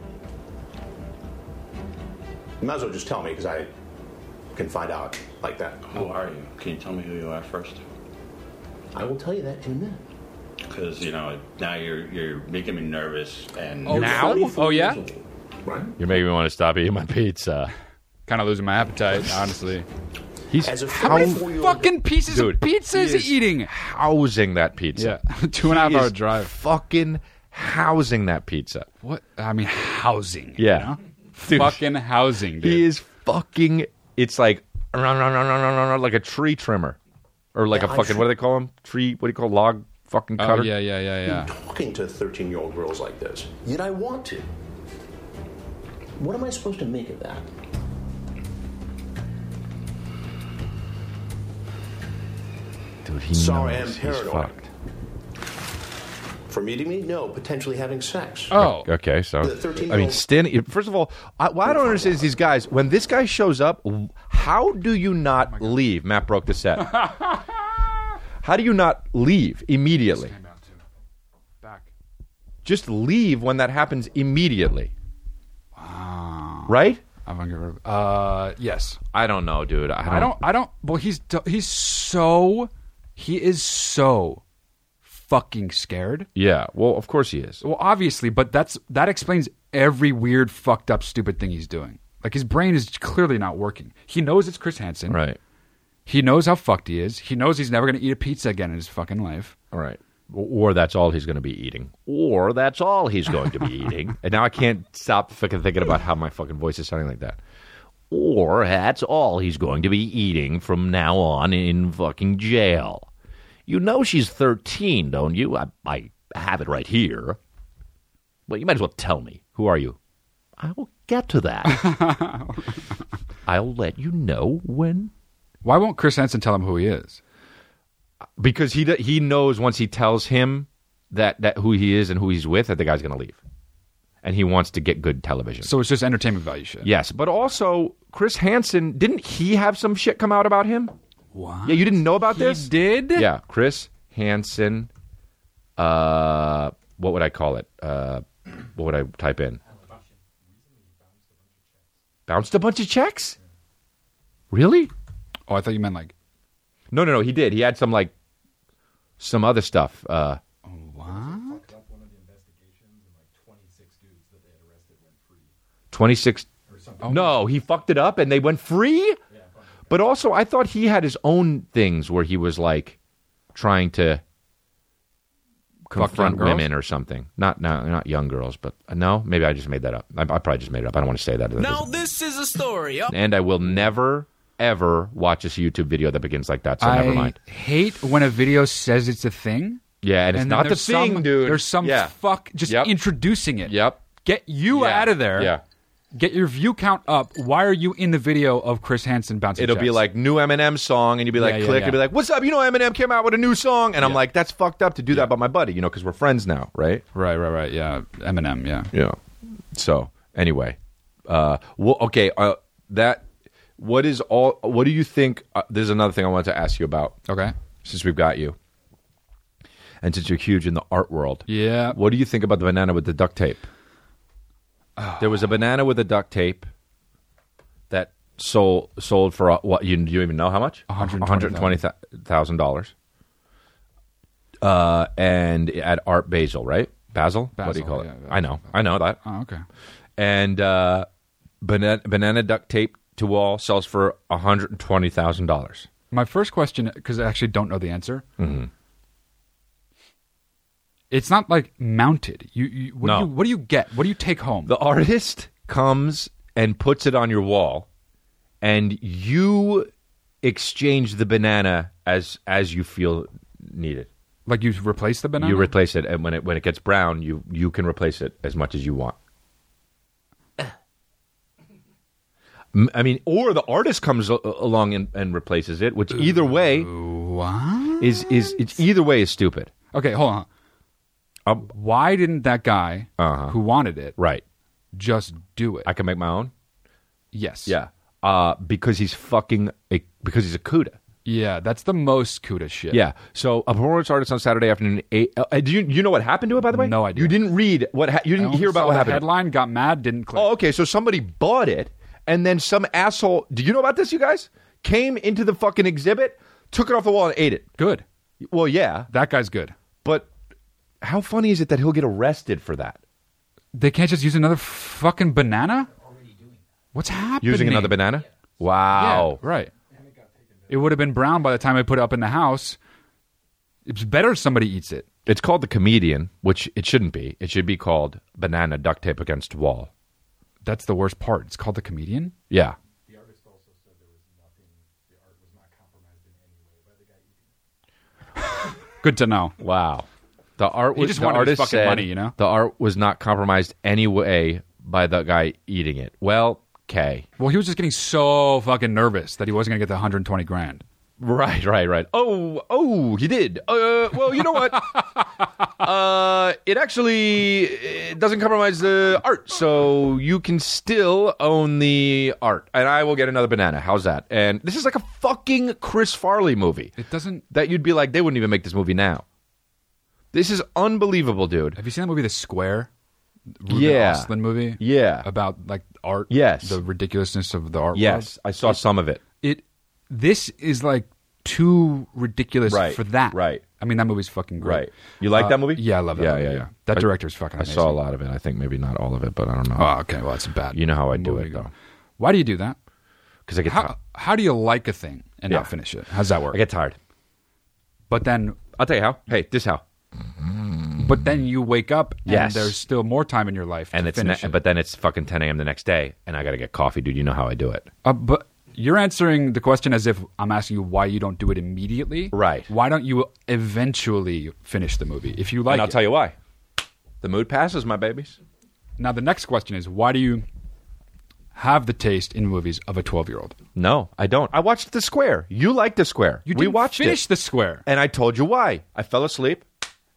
Speaker 16: You might as well just tell me because I can find out like that.
Speaker 14: Who are you? Can you tell me who you are first?
Speaker 16: I will tell you that in a minute.
Speaker 14: Because you know now you're you're making me nervous and
Speaker 3: Oh, now? Oh, yeah?
Speaker 16: Right?
Speaker 1: You're making me want to stop eating my pizza.
Speaker 3: Kind of losing my (laughs) appetite, honestly.
Speaker 1: He's
Speaker 16: As a
Speaker 1: how-
Speaker 16: 44 year old.
Speaker 3: fucking pieces
Speaker 1: Dude,
Speaker 3: of pizza
Speaker 1: he
Speaker 3: is
Speaker 1: is-
Speaker 3: he eating?
Speaker 1: housing that
Speaker 3: (laughs)
Speaker 1: pizza.
Speaker 3: Yeah, two and a half
Speaker 1: He is
Speaker 3: hour drive.
Speaker 1: Fucking housing that pizza.
Speaker 3: What? I mean, housing. you
Speaker 1: Yeah.
Speaker 3: (laughs) know?
Speaker 1: Dude.
Speaker 3: Fucking housing, dude.
Speaker 1: He is fucking. It's like run, run, run, run, run, run, run, like a tree trimmer, or like
Speaker 16: Yeah,
Speaker 1: a
Speaker 16: I'm
Speaker 1: fucking
Speaker 16: sure-
Speaker 1: what do they call them? Tree? What do you call log fucking
Speaker 3: Oh
Speaker 1: cutter?
Speaker 3: yeah, yeah, yeah, yeah.
Speaker 16: Talking to 13 year old girls like this. Yet I want to. What am I supposed to make of that?
Speaker 1: Dude, he
Speaker 16: Sorry,
Speaker 1: knows
Speaker 16: I'm
Speaker 1: he's
Speaker 16: paranoid.
Speaker 1: fucked.
Speaker 16: For meeting me? No, potentially having sex.
Speaker 3: Oh,
Speaker 1: Okay, so
Speaker 16: The 13
Speaker 1: I mean,
Speaker 16: year-old-
Speaker 1: Stin. First of all, I, what I don't understand is these guys. When this guy shows up, how do you
Speaker 3: Oh
Speaker 1: not leave? Matt broke the
Speaker 3: (laughs)
Speaker 1: set. how do you not leave immediately?
Speaker 3: Back.
Speaker 1: Just leave when that happens immediately. Wow. Right?
Speaker 3: I'm gonna. Uh, yes.
Speaker 1: I don't know, dude. I don't.
Speaker 3: I don't. I don't. Well, he's he's so he is so fucking scared.
Speaker 1: Yeah. Well, of course he is.
Speaker 3: Well, obviously, but that's that explains every weird, fucked up, stupid thing he's doing. Like his brain is clearly not working. He knows it's Chris Hansen.
Speaker 1: Right.
Speaker 3: He knows how fucked he is. He knows he's never gonna eat a pizza again in his fucking life.
Speaker 1: All right. Or that's all he's going to be eating. Or that's all he's going to be eating. and now I can't stop fucking thinking about how my fucking voice is sounding like that.
Speaker 13: Or that's all he's going to be eating from now on in fucking jail. You know she's 13, don't you? I, I have it right here. Well, you might as well tell me.
Speaker 1: Who are you?
Speaker 13: I will get to that. I'll let you know when.
Speaker 3: Why won't Chris Hansen tell him who he is?
Speaker 1: Because he d- he knows once he tells him that that who he is and who he's with that the guy's going to leave, and he wants to get good television.
Speaker 3: So it's just entertainment value shit.
Speaker 1: yes, but also Chris Hansen didn't he have some shit come out about him?
Speaker 3: What?
Speaker 1: Yeah, you didn't know about
Speaker 3: He
Speaker 1: this?
Speaker 3: did?
Speaker 1: Yeah, Chris Hansen. Uh, what would I call it? Uh, what would I type in? Bounced a bunch of checks? Really?
Speaker 3: Oh, I thought you meant like.
Speaker 1: No, no, no. He did. He had some like some other stuff. Uh,
Speaker 3: What?
Speaker 1: 26 no he fucked it up and they went free but also i thought he had his own things where he was like trying to
Speaker 3: young
Speaker 1: confront
Speaker 3: girls?
Speaker 1: women or something not no, not young girls but uh, no maybe i just made that up i, I probably just made it up i don't want to say that
Speaker 17: Now this is a story. of-
Speaker 1: and i will never ever watch a youtube video that begins like that so
Speaker 3: I
Speaker 1: never mind
Speaker 3: hate when a video says it's a thing.
Speaker 1: yeah and it's
Speaker 3: then
Speaker 1: not the
Speaker 3: there's some-
Speaker 1: thing dude
Speaker 3: There's some
Speaker 1: Yeah.
Speaker 3: fuck just introducing it.
Speaker 1: Yep.
Speaker 3: Get you
Speaker 1: Yeah.
Speaker 3: out of there.
Speaker 1: Yeah.
Speaker 3: Get your view count up. Why are you in the video of Chris Hansen bouncing?
Speaker 1: It'll be
Speaker 3: checks?
Speaker 1: like new Eminem song, and you'll be like,
Speaker 3: Yeah, yeah,
Speaker 1: click,
Speaker 3: yeah.
Speaker 1: and be like, what's up? You know, Eminem came out with a new song, and I'm
Speaker 3: Yeah.
Speaker 1: like, that's fucked up to do that by my buddy, you know, because we're friends now, right?
Speaker 3: Right, right, right. Yeah, Eminem. Yeah,
Speaker 1: yeah. So anyway, uh, well, okay, uh, that. What is all? What do you think? Uh, there's another thing I wanted to ask you about.
Speaker 3: Okay,
Speaker 1: since we've got you, and since you're huge in the art world,
Speaker 3: yeah.
Speaker 1: What do you think about the banana with the duct tape? There was a banana with a duct tape that sold sold for uh, what you you even know how much? One hundred twenty thousand dollars. Uh, and at Art Basel, right? Basil. what do you
Speaker 3: Basel,
Speaker 1: call it?
Speaker 3: yeah,
Speaker 1: I know, I know that.
Speaker 3: Oh, okay.
Speaker 1: And uh, banana banana duct tape to wall sells for one hundred twenty thousand dollars.
Speaker 3: My first question, because I actually don't know the answer.
Speaker 1: Mhm.
Speaker 3: It's not like mounted. You, you what
Speaker 1: No.
Speaker 3: do you what do you get? What do you take home?
Speaker 1: The artist comes and puts it on your wall, and you exchange the banana as as you feel needed.
Speaker 3: Like you replace the banana.
Speaker 1: You replace it, and when it when it gets brown, you you can replace it as much as you want. M- I mean, or the artist comes a- along and, and replaces it, which either way is is it's either way is stupid.
Speaker 3: Okay, hold on. Why didn't that guy who wanted it
Speaker 1: Um, Uh-huh. right
Speaker 3: just do it?
Speaker 1: I can make my own.
Speaker 3: Yes.
Speaker 1: Yeah. Uh, because he's fucking a, because he's a cuda.
Speaker 3: Yeah, that's the most CUDA shit.
Speaker 1: Yeah. So a performance artist on Saturday afternoon. Eight, uh, uh, do you you know what happened to it? By the way, no idea. You didn't read what ha- you
Speaker 3: I
Speaker 1: didn't
Speaker 3: only
Speaker 1: hear about
Speaker 3: saw
Speaker 1: what
Speaker 3: the
Speaker 1: happened.
Speaker 3: Headline got mad, didn't click.
Speaker 1: Oh, okay. So somebody bought it, and then some asshole. Do you know about this, you guys? Came into the fucking exhibit, took it off the wall, and ate it.
Speaker 3: Good.
Speaker 1: Well, yeah,
Speaker 3: that guy's good.
Speaker 1: But how funny is it that he'll get arrested for that?
Speaker 3: They can't just use another fucking banana. What's happening?
Speaker 1: Using another banana? Wow.
Speaker 3: Yeah, right. It would have been brown by the time I put it up in the house. It's better somebody eats it.
Speaker 1: It's called the comedian, which it shouldn't be. It should be called banana duct tape against wall.
Speaker 3: That's the worst part. It's called the comedian.
Speaker 1: Yeah.
Speaker 3: Good to know.
Speaker 1: Wow. The art
Speaker 3: He
Speaker 1: was
Speaker 3: just
Speaker 1: the
Speaker 3: wanted his
Speaker 1: artist
Speaker 3: fucking
Speaker 1: said
Speaker 3: money, you know?
Speaker 1: The art was not compromised any way by the guy eating it. Well, okay.
Speaker 3: Well, he was just getting so fucking nervous that he wasn't gonna get the 120 grand.
Speaker 1: Right, right, right. Oh, oh, he did. Uh, well, you know (laughs) what? uh, it actually it doesn't compromise the art, so you can still own the art. And I will get another banana. How's that? And this is like a fucking Chris Farley movie.
Speaker 3: It doesn't.
Speaker 1: That you'd be like, they wouldn't even make this movie now. This is unbelievable, dude.
Speaker 3: Have you seen that movie, The Square? Ruben
Speaker 1: yeah.
Speaker 3: Östlund movie.
Speaker 1: Yeah.
Speaker 3: About like art.
Speaker 1: Yes.
Speaker 3: The ridiculousness of the art.
Speaker 1: Yes, I
Speaker 3: world.
Speaker 1: saw
Speaker 3: It-
Speaker 1: some of it.
Speaker 3: It. This is like too ridiculous
Speaker 1: Right,
Speaker 3: for that. Right. I mean, that movie's fucking great.
Speaker 1: Right. You like
Speaker 3: Uh,
Speaker 1: that movie?
Speaker 3: Yeah, I love that.
Speaker 1: Yeah,
Speaker 3: movie,
Speaker 1: yeah, yeah.
Speaker 3: That
Speaker 1: I-
Speaker 3: director's fucking.
Speaker 1: I
Speaker 3: Amazing.
Speaker 1: saw a lot of it. I think maybe not all of it, but I don't know.
Speaker 3: Oh, okay. Well, that's a bad.
Speaker 1: You know how I do it, though.
Speaker 3: Why do you do that?
Speaker 1: Because I get
Speaker 3: how,
Speaker 1: tired.
Speaker 3: how do you like a thing and
Speaker 1: Yeah.
Speaker 3: not finish it? How's that work?
Speaker 1: I get tired.
Speaker 3: But then
Speaker 1: I'll tell you how. Hey, this how.
Speaker 3: But then you wake up and
Speaker 1: Yes.
Speaker 3: there's still more time in your life
Speaker 1: And
Speaker 3: to
Speaker 1: it's
Speaker 3: finish
Speaker 1: ne-
Speaker 3: it.
Speaker 1: but then it's fucking 10 a.m. the next day, and I gotta get coffee, dude. You know how I do it.
Speaker 3: Uh, but you're answering the question as if I'm asking you why you don't do it immediately. Right. Why don't you eventually finish the movie if you like?
Speaker 1: and I'll
Speaker 3: it.
Speaker 1: tell you why. The mood passes, my babies.
Speaker 3: Now the next question is why do you have the taste in movies of a 12 year old?
Speaker 1: No, I don't. I watched The Square. You liked The Square.
Speaker 3: You
Speaker 1: we
Speaker 3: didn't
Speaker 1: watched
Speaker 3: finish
Speaker 1: it.
Speaker 3: The Square,
Speaker 1: and I told you why. I fell asleep,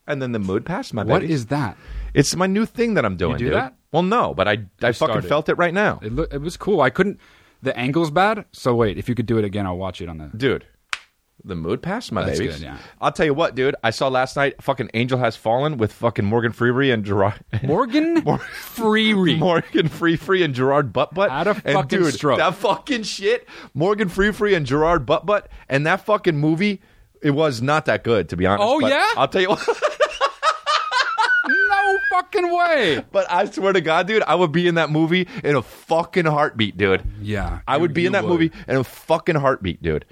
Speaker 1: and then the mood passed, my
Speaker 3: What
Speaker 1: babies.
Speaker 3: is that?
Speaker 1: It's my new thing that I'm doing.
Speaker 3: do
Speaker 1: dude.
Speaker 3: that?
Speaker 1: Well, no, but I I fucking
Speaker 3: started.
Speaker 1: felt it right now, (laughs)
Speaker 3: It, loo- it was cool. I couldn't. The angle's bad. So wait, if you could do it again, I'll watch it on the.
Speaker 1: dude. The mood passed, my
Speaker 3: That's
Speaker 1: babies.
Speaker 3: good, yeah.
Speaker 1: I'll tell you what, dude. I saw last night fucking Angel Has Fallen with fucking Morgan Freery and Gerard. (laughs)
Speaker 3: Morgan Freery.
Speaker 1: Morgan Freery and Gerard Butt Butt. Out of and
Speaker 3: fucking
Speaker 1: dude,
Speaker 3: stroke.
Speaker 1: That fucking shit. Morgan Freery and Gerard Butt Butt. And that fucking movie, it was not that good, to be honest.
Speaker 3: Oh,
Speaker 1: But
Speaker 3: yeah?
Speaker 1: I'll tell you what. (laughs)
Speaker 3: No fucking way.
Speaker 1: But I swear to God, dude, I would be in that movie in a fucking heartbeat, dude.
Speaker 3: Yeah.
Speaker 1: I would be
Speaker 3: you
Speaker 1: in that
Speaker 3: would.
Speaker 1: movie in a fucking heartbeat, dude.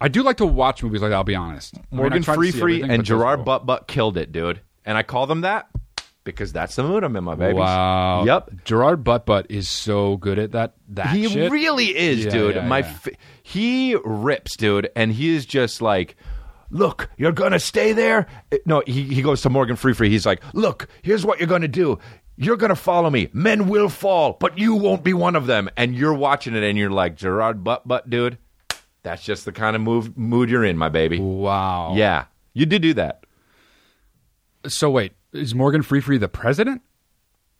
Speaker 3: I do like to watch movies like that, I'll be honest. I mean, I
Speaker 1: Morgan
Speaker 3: try to
Speaker 1: Free
Speaker 3: see
Speaker 1: Free
Speaker 3: everything,
Speaker 1: and
Speaker 3: but those are
Speaker 1: Gerard
Speaker 3: all-
Speaker 1: Butt Butt killed it, dude. And I call them that because that's the mood I'm in, my babies.
Speaker 3: Wow.
Speaker 1: Yep.
Speaker 3: Gerard Butt Butt is so good at that. That
Speaker 1: he
Speaker 3: shit.
Speaker 1: really is,
Speaker 3: Yeah,
Speaker 1: dude.
Speaker 3: yeah,
Speaker 1: my
Speaker 3: yeah.
Speaker 1: F- he rips, dude, and he is just like, look, you're gonna stay there. Eh, No, he, he goes to Morgan Freefree. He's like, look, here's what you're gonna do. You're gonna follow me. Men will fall, but you won't be one of them. And you're watching it, and you're like, Gerard Butt Butt, dude. That's just the kind of move, mood you're in, my baby.
Speaker 3: Wow.
Speaker 1: Yeah, you did do that.
Speaker 3: So wait, is Morgan Free Free the president?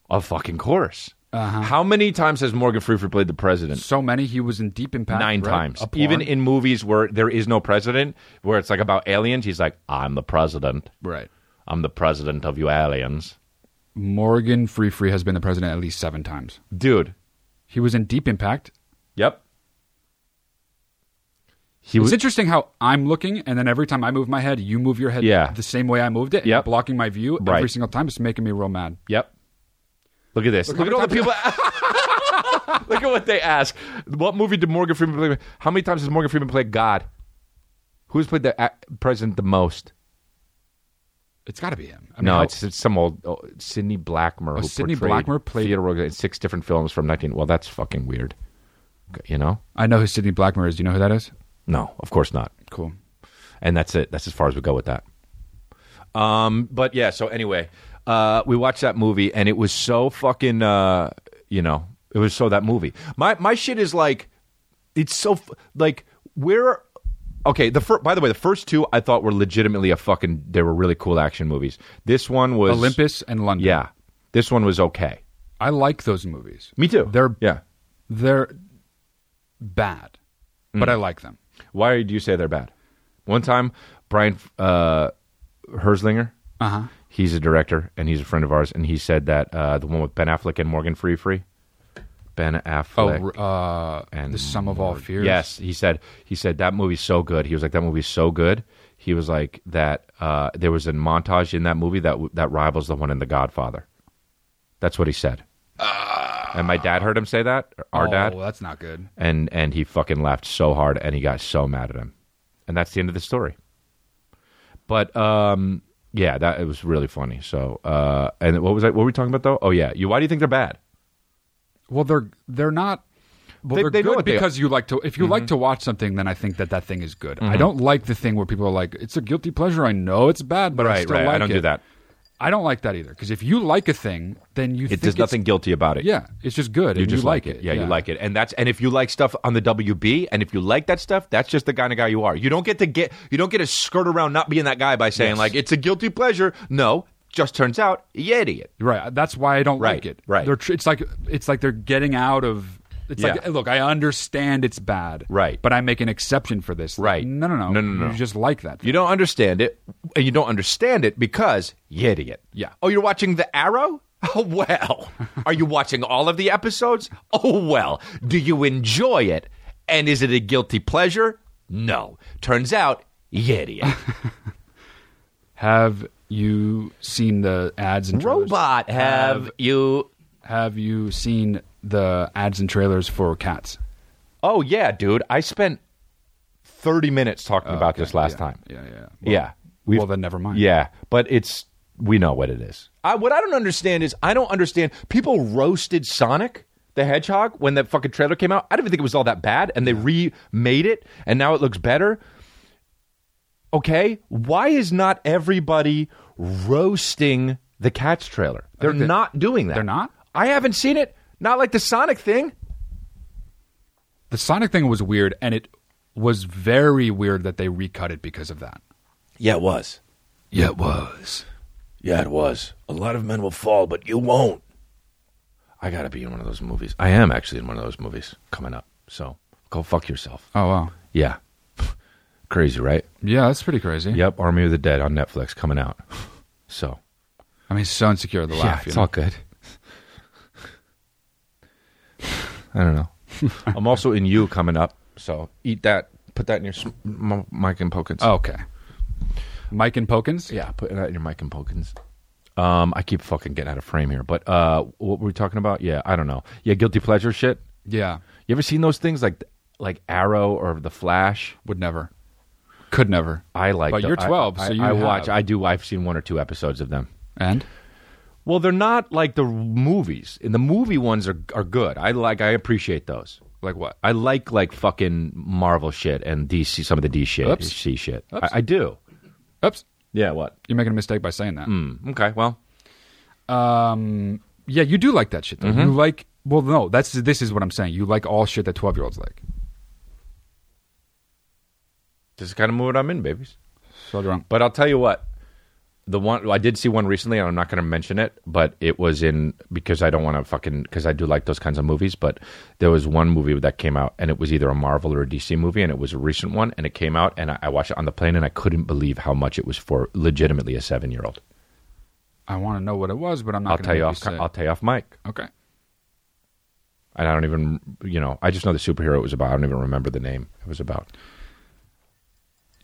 Speaker 1: Of fucking course. How many times has Morgan Freefree played the president?
Speaker 3: So many. He was in Deep Impact
Speaker 1: nine
Speaker 3: right?
Speaker 1: times.
Speaker 3: Up
Speaker 1: Even
Speaker 3: on-
Speaker 1: in movies where there is no president, where it's like about aliens, he's like, "I'm the president.
Speaker 3: Right.
Speaker 1: I'm the president of you aliens,
Speaker 3: Morgan Free Free has been the president at least seven times.
Speaker 1: dude."
Speaker 3: He was in Deep Impact.
Speaker 1: Yep. He
Speaker 3: it's
Speaker 1: was.
Speaker 3: interesting how I'm looking, and then every time I move my head, you move your head
Speaker 1: Yeah.
Speaker 3: the same way I moved it,
Speaker 1: Yep.
Speaker 3: blocking my view every
Speaker 1: Right.
Speaker 3: single time. It's making me real mad.
Speaker 1: (laughs) Yep. Look at this. Look,
Speaker 3: how
Speaker 1: at all the
Speaker 3: many
Speaker 1: people. (laughs) Look at what they ask. What movie did Morgan Freeman play? How many times has Morgan Freeman played God? Who's played the a- president the most?
Speaker 3: It's got to be him.
Speaker 1: no,
Speaker 3: how-
Speaker 1: it's, it's some old oh, Sidney Blackmer.
Speaker 3: Oh,
Speaker 1: who
Speaker 3: Sidney
Speaker 1: portrayed
Speaker 3: Blackmer played-
Speaker 1: Theodore Roosevelt in six different films from 19. Well, that's fucking weird. Okay, You know?
Speaker 3: I know who Sidney Blackmer is. Do you know who that is?
Speaker 1: No, of course not.
Speaker 3: Cool.
Speaker 1: and that's it. That's as far as we go with that. Um, but yeah. So anyway, uh, we watched that movie, and it was so fucking. Uh, you know, it was so that movie. My my shit is like, it's so f- like we're okay. The fir- by the way, the first two I thought were legitimately a fucking. They were really cool action movies. This one was
Speaker 3: Olympus and London.
Speaker 1: Yeah, this one was okay.
Speaker 3: I like those movies.
Speaker 1: Me too.
Speaker 3: They're
Speaker 1: yeah.
Speaker 3: they're bad, but
Speaker 1: Mm.
Speaker 3: I like them.
Speaker 1: Why do you say they're bad? One time, Brian uh, Herslinger,
Speaker 3: Uh-huh.
Speaker 1: he's a director and he's a friend of ours, and he said that uh, the one with Ben Affleck and Morgan Freefree, Ben
Speaker 3: Oh,
Speaker 1: Affleck,
Speaker 3: uh,
Speaker 1: and
Speaker 3: the sum of all fears.
Speaker 1: yes, he said he said that movie's so good. He was like that movie's so good. He was like that. Uh, there was a montage in that movie that w- that rivals the one in The Godfather. That's what he said. and my dad heard him say that. or Our
Speaker 3: oh,
Speaker 1: dad
Speaker 3: that's not good.
Speaker 1: and and he fucking laughed so hard and he got so mad at him and that's the end of the story but um yeah that it was really funny so uh and what was I, what were we talking about though oh yeah you why do you think they're bad
Speaker 3: Well, they're they're not. Well,
Speaker 1: They-
Speaker 3: they, are
Speaker 1: they know
Speaker 3: good
Speaker 1: what they are. Mm-hmm.
Speaker 3: because you like to. If you like to watch something, then I think that that thing is good. I don't like the thing where people are like, "It's a guilty pleasure." I know it's bad, but I
Speaker 1: right
Speaker 3: still
Speaker 1: right
Speaker 3: like
Speaker 1: i don't
Speaker 3: it.
Speaker 1: do that
Speaker 3: I don't like that either because if you like a thing, then you
Speaker 1: it
Speaker 3: think
Speaker 1: there's
Speaker 3: it's-
Speaker 1: nothing guilty about it
Speaker 3: Yeah, it's just good.
Speaker 1: you
Speaker 3: and
Speaker 1: just
Speaker 3: you like it.
Speaker 1: yeah, you like it and that's and if you like stuff on the wb and if you like that stuff that's just the kind of guy you are you don't get to get you don't get to skirt around not being that guy by saying
Speaker 3: Yes.
Speaker 1: like it's a guilty pleasure no just turns out you idiot
Speaker 3: Right. That's why I don't
Speaker 1: Right,
Speaker 3: like it.
Speaker 1: right.
Speaker 3: They're, tr- it's like it's like they're getting out of. It's like
Speaker 1: Yeah.
Speaker 3: look, I understand it's bad.
Speaker 1: Right.
Speaker 3: But I make an exception for this.
Speaker 1: Right.
Speaker 3: No, no, no,
Speaker 1: No, no, no.
Speaker 3: You just like that.
Speaker 1: You don't understand it, and you don't understand it because you idiot.
Speaker 3: Yeah.
Speaker 1: Oh, you're watching The Arrow? (laughs) Oh,
Speaker 3: (laughs)
Speaker 1: well. Are you watching all of the episodes? Oh, well. Do you enjoy it? And is it a guilty pleasure? No. Turns out, you
Speaker 3: (laughs)
Speaker 1: idiot.
Speaker 3: Have you seen the ads and trailers?
Speaker 1: Robot, have you.
Speaker 3: Have you seen the ads and trailers for Cats?
Speaker 1: Oh, yeah, dude. I spent 30 minutes talking about
Speaker 3: Oh, Okay,
Speaker 1: this last
Speaker 3: yeah,
Speaker 1: time.
Speaker 3: Yeah, yeah.
Speaker 1: yeah.
Speaker 3: Well,
Speaker 1: We've-
Speaker 3: well, then never mind.
Speaker 1: Yeah, but it's we know what it is. I, what I don't understand is I don't understand people roasted Sonic the Hedgehog when that fucking trailer came out. I didn't even think it was all that bad, and they remade it, and now it looks better. Okay, why is not everybody roasting the Cats trailer? They're
Speaker 3: think they-
Speaker 1: not doing that.
Speaker 3: they're not?
Speaker 1: I haven't seen it. Not like the Sonic thing.
Speaker 3: The Sonic thing was weird, and it was very weird that they recut it because of that.
Speaker 13: Yeah, it was.
Speaker 3: Yeah, it was.
Speaker 13: Yeah, it was. A lot of men will fall, but you won't.
Speaker 1: I gotta be in one of those movies. I am actually in one of those movies coming up. So go fuck yourself.
Speaker 3: Oh wow.
Speaker 1: Yeah. (laughs) Crazy, right?
Speaker 3: Yeah, that's pretty crazy.
Speaker 1: Yep, Army of the Dead on Netflix coming out. (laughs) So,
Speaker 3: I mean, so insecure the
Speaker 1: yeah,
Speaker 3: laugh. you
Speaker 1: it's
Speaker 3: know?
Speaker 1: all good. I (laughs) don't know. I'm also in you coming up, so eat that. Put that in your sm- m- Mike and Pokins.
Speaker 3: Oh, okay. Mike and Pokins.
Speaker 1: Yeah, put that in your Mike and Pokins. Um, I keep fucking getting out of frame here, but uh, what were we talking about? Yeah, I don't know. Yeah, guilty pleasure shit.
Speaker 3: Yeah.
Speaker 1: You ever seen those things like like Arrow or The Flash?
Speaker 3: Would never. Could never.
Speaker 1: I like.
Speaker 3: But
Speaker 1: the-
Speaker 3: you're
Speaker 1: I-
Speaker 3: 12,
Speaker 1: I,
Speaker 3: so you
Speaker 1: I
Speaker 3: have.
Speaker 1: watch. I do. I've seen one or two episodes of them.
Speaker 3: And
Speaker 1: Well, they're not like the movies, and the movie ones are are good. I like. I appreciate those.
Speaker 3: Like what?
Speaker 1: I like like fucking Marvel shit and DC. Some of the D shit,
Speaker 3: Oops.
Speaker 1: C shit. I,
Speaker 3: Oops.
Speaker 1: I do.
Speaker 3: Oops.
Speaker 1: Yeah. What?
Speaker 3: You're making a mistake by saying that.
Speaker 1: Mm, okay. Well.
Speaker 3: Um. Yeah, you do like that shit. Though.
Speaker 1: Mhm.
Speaker 3: You like. Well, no. That's this is what I'm saying. You like all shit that twelve year olds like.
Speaker 1: This is the kind of mood I'm in, babies.
Speaker 3: So drunk.
Speaker 1: But I'll tell you what. The one I did see one recently, and I'm not going to mention it, but it was in because I don't want to fucking because I do like those kinds of movies. But there was one movie that came out, and it was either a Marvel or a DC movie, and it was a recent one, and it came out, and I, I watched it on the plane, and I couldn't believe how much it was for legitimately a seven year old.
Speaker 3: I want to know what it was, but I'm not.
Speaker 1: I'll
Speaker 3: gonna
Speaker 1: tell you
Speaker 3: make
Speaker 1: off.
Speaker 3: say it.
Speaker 1: I'll tell you off mic.
Speaker 3: Okay.
Speaker 1: and I don't even, you know, I just know the superhero it was about. I don't even remember the name it was about.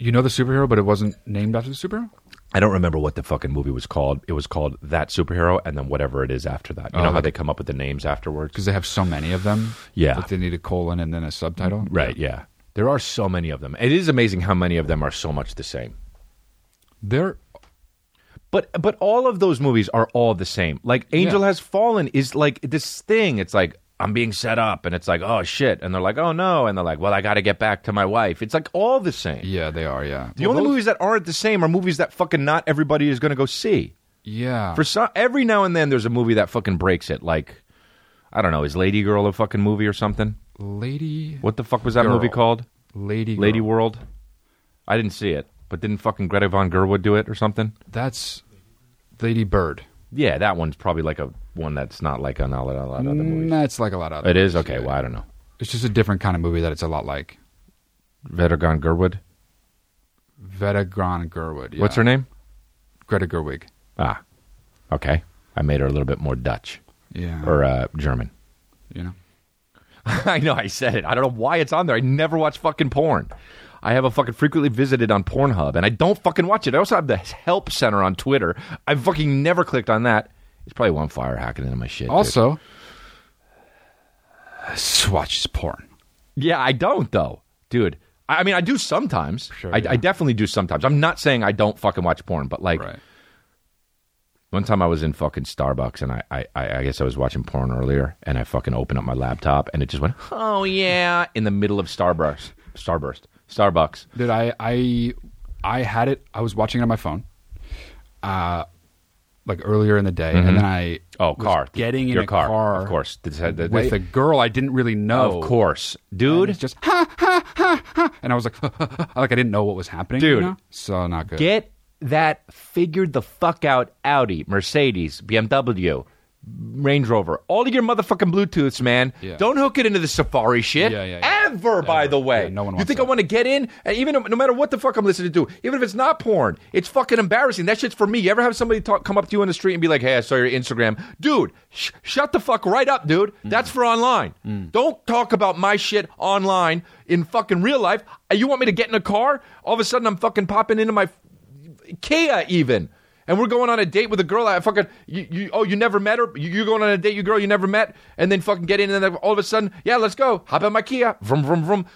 Speaker 3: You know the superhero, but it wasn't named after the superhero.
Speaker 1: I don't remember what the fucking movie was called. It was called That Superhero, and then whatever it is after that. You
Speaker 3: Oh,
Speaker 1: know how
Speaker 3: like-
Speaker 1: they come up with the names afterwards?
Speaker 3: because they have so many of them.
Speaker 1: Yeah. Mm,
Speaker 3: that they need a colon and then a subtitle.
Speaker 1: right, yeah. There are so many of them. It is amazing how many of them are so much the same.
Speaker 3: They're
Speaker 1: But but all of those movies are all the same. Like Angel Has Fallen is like this thing. It's like I'm being set up, and it's like oh shit, and they're like oh no, and they're like well I got to get back to my wife. It's like all the same.
Speaker 3: yeah, they are. Yeah.
Speaker 1: The only movies that aren't the same are movies that fucking not everybody is going to go see.
Speaker 3: Yeah.
Speaker 1: For some, every now and then, there's a movie that fucking breaks it. Like, I don't know, is Lady Girl a fucking movie or something?
Speaker 3: Lady.
Speaker 1: What the fuck was that
Speaker 3: Girl.
Speaker 1: movie called?
Speaker 3: Lady.
Speaker 1: Lady
Speaker 3: Girl.
Speaker 1: World. I didn't see it, but didn't fucking Greta von Gerwig do it or something?
Speaker 3: That's Lady Bird.
Speaker 1: Yeah, that one's probably like a one that's not like on a lot, a lot of other
Speaker 3: Mm.
Speaker 1: movies.
Speaker 3: That's like a lot of.
Speaker 1: It is okay. Well, I don't know.
Speaker 3: It's just a different kind of movie that it's a lot like.
Speaker 1: Vetergon Gerwig.
Speaker 3: Veta Gran Gerwig. yeah.
Speaker 1: What's her name?
Speaker 3: Greta Gerwig.
Speaker 1: Ah, okay. I made her a little bit more Dutch
Speaker 3: Yeah.
Speaker 1: or uh, German. (laughs)
Speaker 3: you know.
Speaker 1: I know I said it. I don't know why it's on there. I never watch fucking porn. I have a fucking frequently visited on Pornhub, and I don't fucking watch it. I also have the help center on Twitter. I fucking never clicked on that. It's probably one fire hacking into my shit. dude.
Speaker 3: Also, Swatch is porn.
Speaker 1: yeah, I don't though, dude. I, I mean, I do sometimes.
Speaker 3: Sure,
Speaker 1: I,
Speaker 3: yeah.
Speaker 1: I definitely do sometimes. I'm not saying I don't fucking watch porn, but like. One time I was in fucking Starbucks and I, I, I I guess I was watching porn earlier and I fucking opened up my laptop and it just went, oh yeah, in the middle of Starburst. Starburst. Starbucks.
Speaker 3: Dude, I I I had it. I was watching it on my phone, uh, like earlier in the day,
Speaker 1: Mhm.
Speaker 3: and then I
Speaker 1: Oh,
Speaker 3: was
Speaker 1: car.
Speaker 3: getting
Speaker 1: Your
Speaker 3: in a
Speaker 1: car,
Speaker 3: car,
Speaker 1: of course. This had- that-
Speaker 3: with
Speaker 1: they-
Speaker 3: a girl I didn't really know.
Speaker 1: Of course. Dude,
Speaker 3: It's just ha ha ha ha, and I was like, (laughs) like I didn't know what was happening. you
Speaker 1: Dude.
Speaker 3: know? so not good.
Speaker 1: get that figured the fuck out Audi, Mercedes, BMW, Range Rover, all of your motherfucking Bluetooths, man.
Speaker 3: Yeah.
Speaker 1: Don't hook it into the Safari shit.
Speaker 3: Yeah, yeah, yeah.
Speaker 1: Ever, by the way.
Speaker 3: Yeah, no one
Speaker 1: you
Speaker 3: wants
Speaker 1: think I
Speaker 3: that.
Speaker 1: want to get in? And even no matter what the fuck I'm listening to, even if it's not porn, it's fucking embarrassing. That shit's for me. You ever have somebody talk, come up to you on the street and be like, "Hey, I saw your Instagram, dude. Sh- shut the fuck right up, dude.
Speaker 3: Mm.
Speaker 1: That's for online. Don't talk about my shit online in fucking real life. Uh, You want me to get in a car? All of a sudden, I'm fucking popping into my Kia even. And we're going on a date with a girl I fucking you, you oh you never met her You- you're going on a date you girl you never met and then fucking get in and then all of a sudden yeah let's go hop in my Kia vroom vroom vroom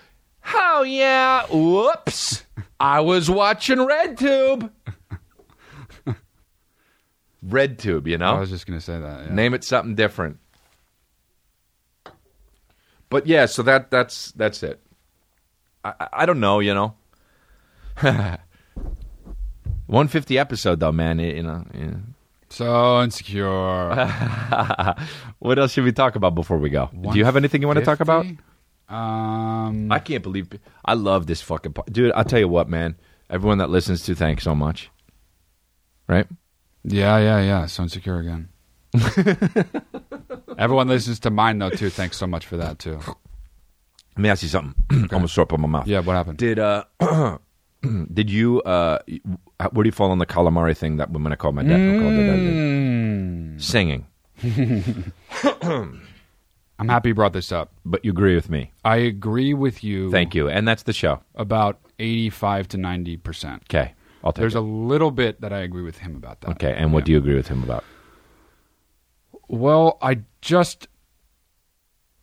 Speaker 1: oh yeah whoops I was watching RedTube (laughs) RedTube you know
Speaker 3: I was just gonna say that. yeah.
Speaker 1: name it something different but yeah so that that's that's it I I- I don't know you know (laughs) 150 episode though man it- you know. yeah.
Speaker 3: So insecure.
Speaker 1: what else should we talk about before we go? Do you have anything (laughs) you want to talk about?
Speaker 3: 150? Um,
Speaker 1: I can't believe I love this fucking part. dude. I'll tell you what, man. Everyone that listens to, thanks so much. Right?
Speaker 3: yeah, yeah, yeah. So
Speaker 1: (laughs)
Speaker 3: insecure again. Everyone listens to mine though too. Thanks so much for that too.
Speaker 1: (clears throat) Let me ask you something. Almost throw up on my mouth.
Speaker 3: Yeah, what happened?
Speaker 1: Did uh, (clears throat) did you? Uh, where do you fall on the calamari thing that women I call my dad? called it
Speaker 3: Hmm.
Speaker 1: that- Singing.
Speaker 3: I'm happy you brought this up.
Speaker 1: But you agree with me.
Speaker 3: I agree with you.
Speaker 1: Thank you. And that's the show.
Speaker 3: About 85 to 90%.
Speaker 1: Okay. I'll take
Speaker 3: There's
Speaker 1: it.
Speaker 3: a little bit that I agree with him about that.
Speaker 1: okay. And what do you agree with him about?
Speaker 3: Well, I just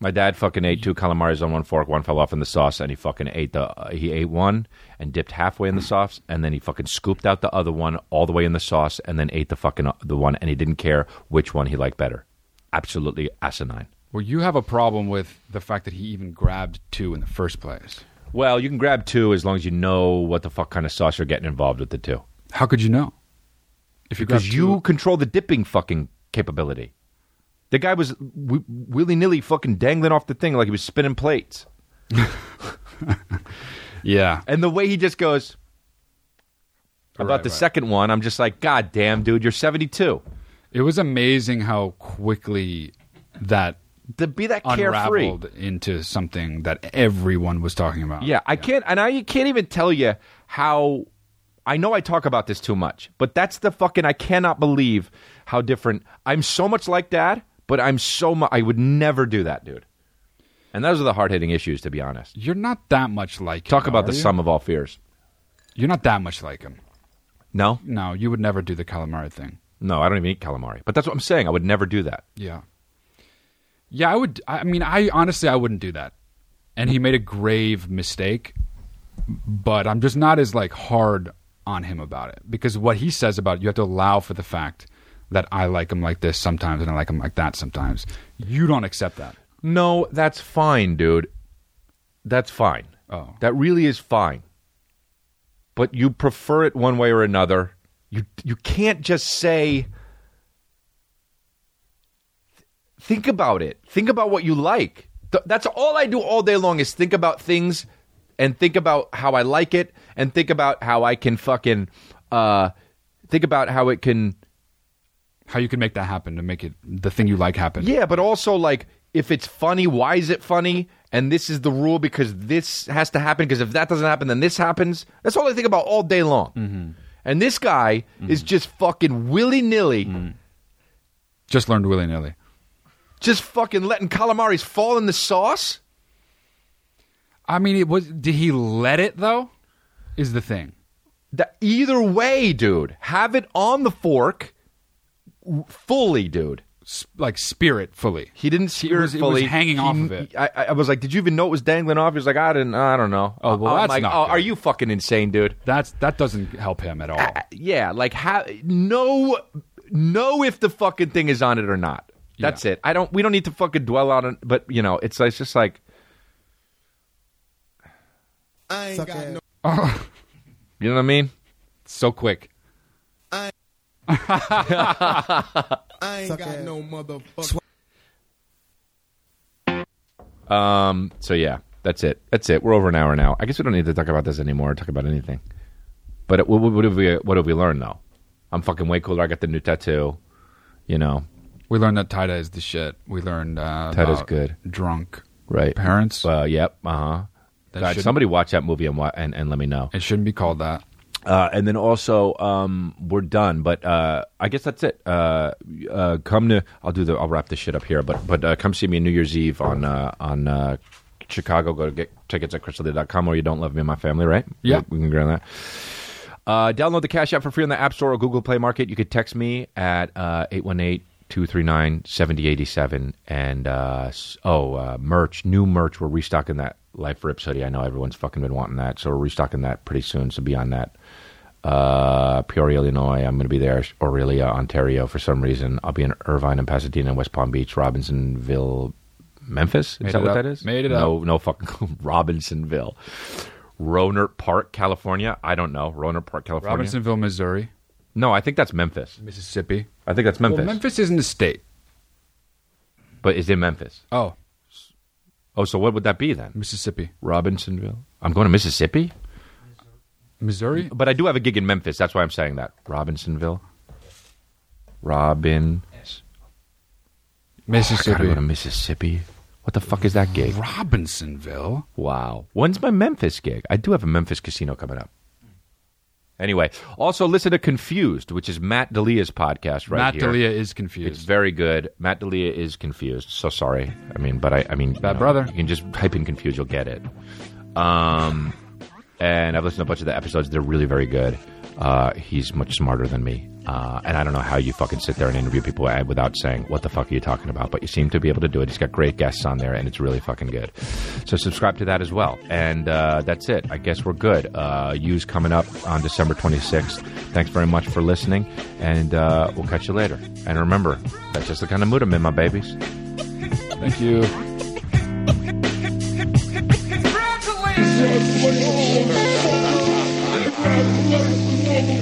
Speaker 1: My dad fucking ate two calamaris on one fork. One fell off in the sauce, and he fucking ate the. Uh, he ate one and dipped halfway in the sauce, and then he fucking scooped out the other one all the way in the sauce, and then ate the fucking uh, the one, and he didn't care which one he liked better. Absolutely asinine.
Speaker 3: Well, you have a problem with the fact that he even grabbed two in the first place.
Speaker 1: Well, you can grab two as long as you know what the fuck kind of sauce you're getting involved with the two.
Speaker 3: How could you know? If you grab
Speaker 1: because you
Speaker 3: two-
Speaker 1: control the dipping fucking capability. The guy was w- willy nilly fucking dangling off the thing like he was spinning plates.
Speaker 3: yeah.
Speaker 1: And the way he just goes about
Speaker 3: Right,
Speaker 1: the
Speaker 3: right.
Speaker 1: second one, I'm just like, God damn, dude, you're 72.
Speaker 3: It was amazing how quickly that
Speaker 1: to be that carefree.
Speaker 3: unraveled into something that everyone was talking about.
Speaker 1: Yeah, I can't, and I can't even tell you how. I know I talk about this too much, but that's the fucking. I cannot believe how different. I'm so much like dad, but I'm so much. I would never do that, dude. And those are the hard hitting issues, to be honest.
Speaker 3: You're not that much like
Speaker 1: Talk
Speaker 3: him,
Speaker 1: about the
Speaker 3: are you?
Speaker 1: sum of all fears.
Speaker 3: You're not that much like him.
Speaker 1: No,
Speaker 3: No, you would never do the calamari thing.
Speaker 1: no, I don't even eat calamari, but that's what I'm saying. I would never do that.
Speaker 3: Yeah. Yeah, I would. I mean, I honestly, I wouldn't do that. And he made a grave mistake, but I'm just not as like hard on him about it because what he says about it, you have to allow for the fact that I like him like this sometimes and I like him like that sometimes. You don't accept that.
Speaker 1: No, that's fine, dude. That's fine.
Speaker 3: Oh.
Speaker 1: That really is fine. But you prefer it one way or another. You you can't just say think about it. Think about what you like. Th- that's all I do all day long is think about things and think about how I like it and think about how I can fucking uh think about how it can
Speaker 3: How you can make that happen to make it the thing you like happen.
Speaker 1: Yeah, but also like if it's funny, why is it funny? And this is the rule because this has to happen because if that doesn't happen, then this happens. That's all I think about all day long.
Speaker 3: Mm-hmm.
Speaker 1: And this guy is just fucking willy nilly,
Speaker 3: Mm-hmm. Just learned willy nilly.
Speaker 1: just fucking letting calamaris fall in the sauce.
Speaker 3: I mean, it was. Did he let it though? Is the thing.
Speaker 1: That either way, dude, have it on the fork w- fully, dude.
Speaker 3: S- Like spirit fully.
Speaker 1: He didn't
Speaker 3: He
Speaker 1: spirit
Speaker 3: was- it was
Speaker 1: fully.
Speaker 3: hanging
Speaker 1: He-
Speaker 3: off of it.
Speaker 1: I, I- I was like, did you even know it was dangling off? He was like, I didn't. I don't know.
Speaker 3: Oh, well,
Speaker 1: I'm
Speaker 3: that's
Speaker 1: like,
Speaker 3: not
Speaker 1: oh,
Speaker 3: good.
Speaker 1: are you fucking insane, dude?
Speaker 3: That's that doesn't help him at all.
Speaker 1: yeah, like how know know if the fucking thing is on it or not. That's it. I don't. We don't need to fucking dwell on it. But you know, it's, it's just like
Speaker 18: I ain't got no.
Speaker 1: (laughs) you know what I mean.
Speaker 3: So quick.
Speaker 18: I ain't got no motherfucker.
Speaker 1: Um. So yeah, that's it. That's it. We're over an hour now. I guess we don't need to talk about this anymore. Or talk about anything. But what, what, what have we? What have we learned though? I'm fucking way cooler. I got the new tattoo. You know,
Speaker 3: We learned that Tida is the shit. We learned uh,
Speaker 1: Taida's
Speaker 3: about
Speaker 1: good.
Speaker 3: Drunk.
Speaker 1: right?
Speaker 3: Parents?
Speaker 1: Well, yep. Uh huh.
Speaker 3: That
Speaker 1: God,
Speaker 3: shouldn't-
Speaker 1: somebody watch that movie and, wa- and and let me know.
Speaker 3: It shouldn't be called that.
Speaker 1: Uh, and then also, um, we're done. But uh, I guess that's it. Uh, uh, come to, I'll do the, I'll wrap this shit up here. But but uh, come see me New Year's Eve on uh, on uh, Chicago. Go to get tickets at crystalday.com or you don't love me and my family, right?
Speaker 3: Yeah.
Speaker 1: we, we can agree on that. Uh, download the Cash App for free on the App Store or Google Play Market. You could text me at uh, 818 239 7087. And, uh, s- oh, uh, merch, new merch. We're restocking that Life Rips hoodie. I know everyone's fucking been wanting that. So we're restocking that pretty soon. So be on that. Uh, Peoria, Illinois. I'm going to be there. Aurelia, Ontario for some reason. I'll be in Irvine and Pasadena and West Palm Beach, Robinsonville, Memphis. Is
Speaker 3: Made
Speaker 1: that
Speaker 3: it
Speaker 1: what
Speaker 3: up.
Speaker 1: that is?
Speaker 3: Made it
Speaker 1: no,
Speaker 3: up.
Speaker 1: No, fucking (laughs) clue. Robinsonville. Rohnert Park, California. I don't know. Rohnert Park, California.
Speaker 3: Robinsonville, Missouri,
Speaker 1: No, I think that's Memphis.
Speaker 3: Mississippi.
Speaker 1: I think that's Memphis.
Speaker 3: Well, Memphis isn't a state.
Speaker 1: But is it Memphis?
Speaker 3: Oh,
Speaker 1: Oh, so what would that be then?
Speaker 3: Mississippi,
Speaker 1: Robinsonville. I'm going to Mississippi,
Speaker 3: Missouri.
Speaker 1: but I do have a gig in Memphis. That's why I'm saying that. Robinsonville. Robin. I gotta
Speaker 3: Mississippi.
Speaker 1: go to Mississippi. What the fuck is that gig?
Speaker 3: Robinsonville.
Speaker 1: Wow. When's my Memphis gig? I do have a Memphis casino coming up. Anyway, also listen to Confused, which is Matt Delia's podcast right
Speaker 3: Matt
Speaker 1: here.
Speaker 3: D'Elia is confused.
Speaker 1: It's very good. Matt Delia is confused. So sorry. I mean, but I, I mean,
Speaker 3: Bad brother.
Speaker 1: You can just type in confused, you'll get it. Um, and I've listened to a bunch of the episodes. They're really very good. Uh, he's much smarter than me, uh, and I don't know how you fucking sit there and interview people without saying what the fuck are you talking about. But you seem to be able to do it. He's got great guests on there, and it's really fucking good. So subscribe to that as well. And uh, that's it. I guess we're good. Uh, U's coming up on December 26th. Thanks very much for listening, and uh, we'll catch you later. And remember, that's just the kind of mood I'm in, my babies.
Speaker 3: Thank you.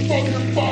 Speaker 19: Congratulations!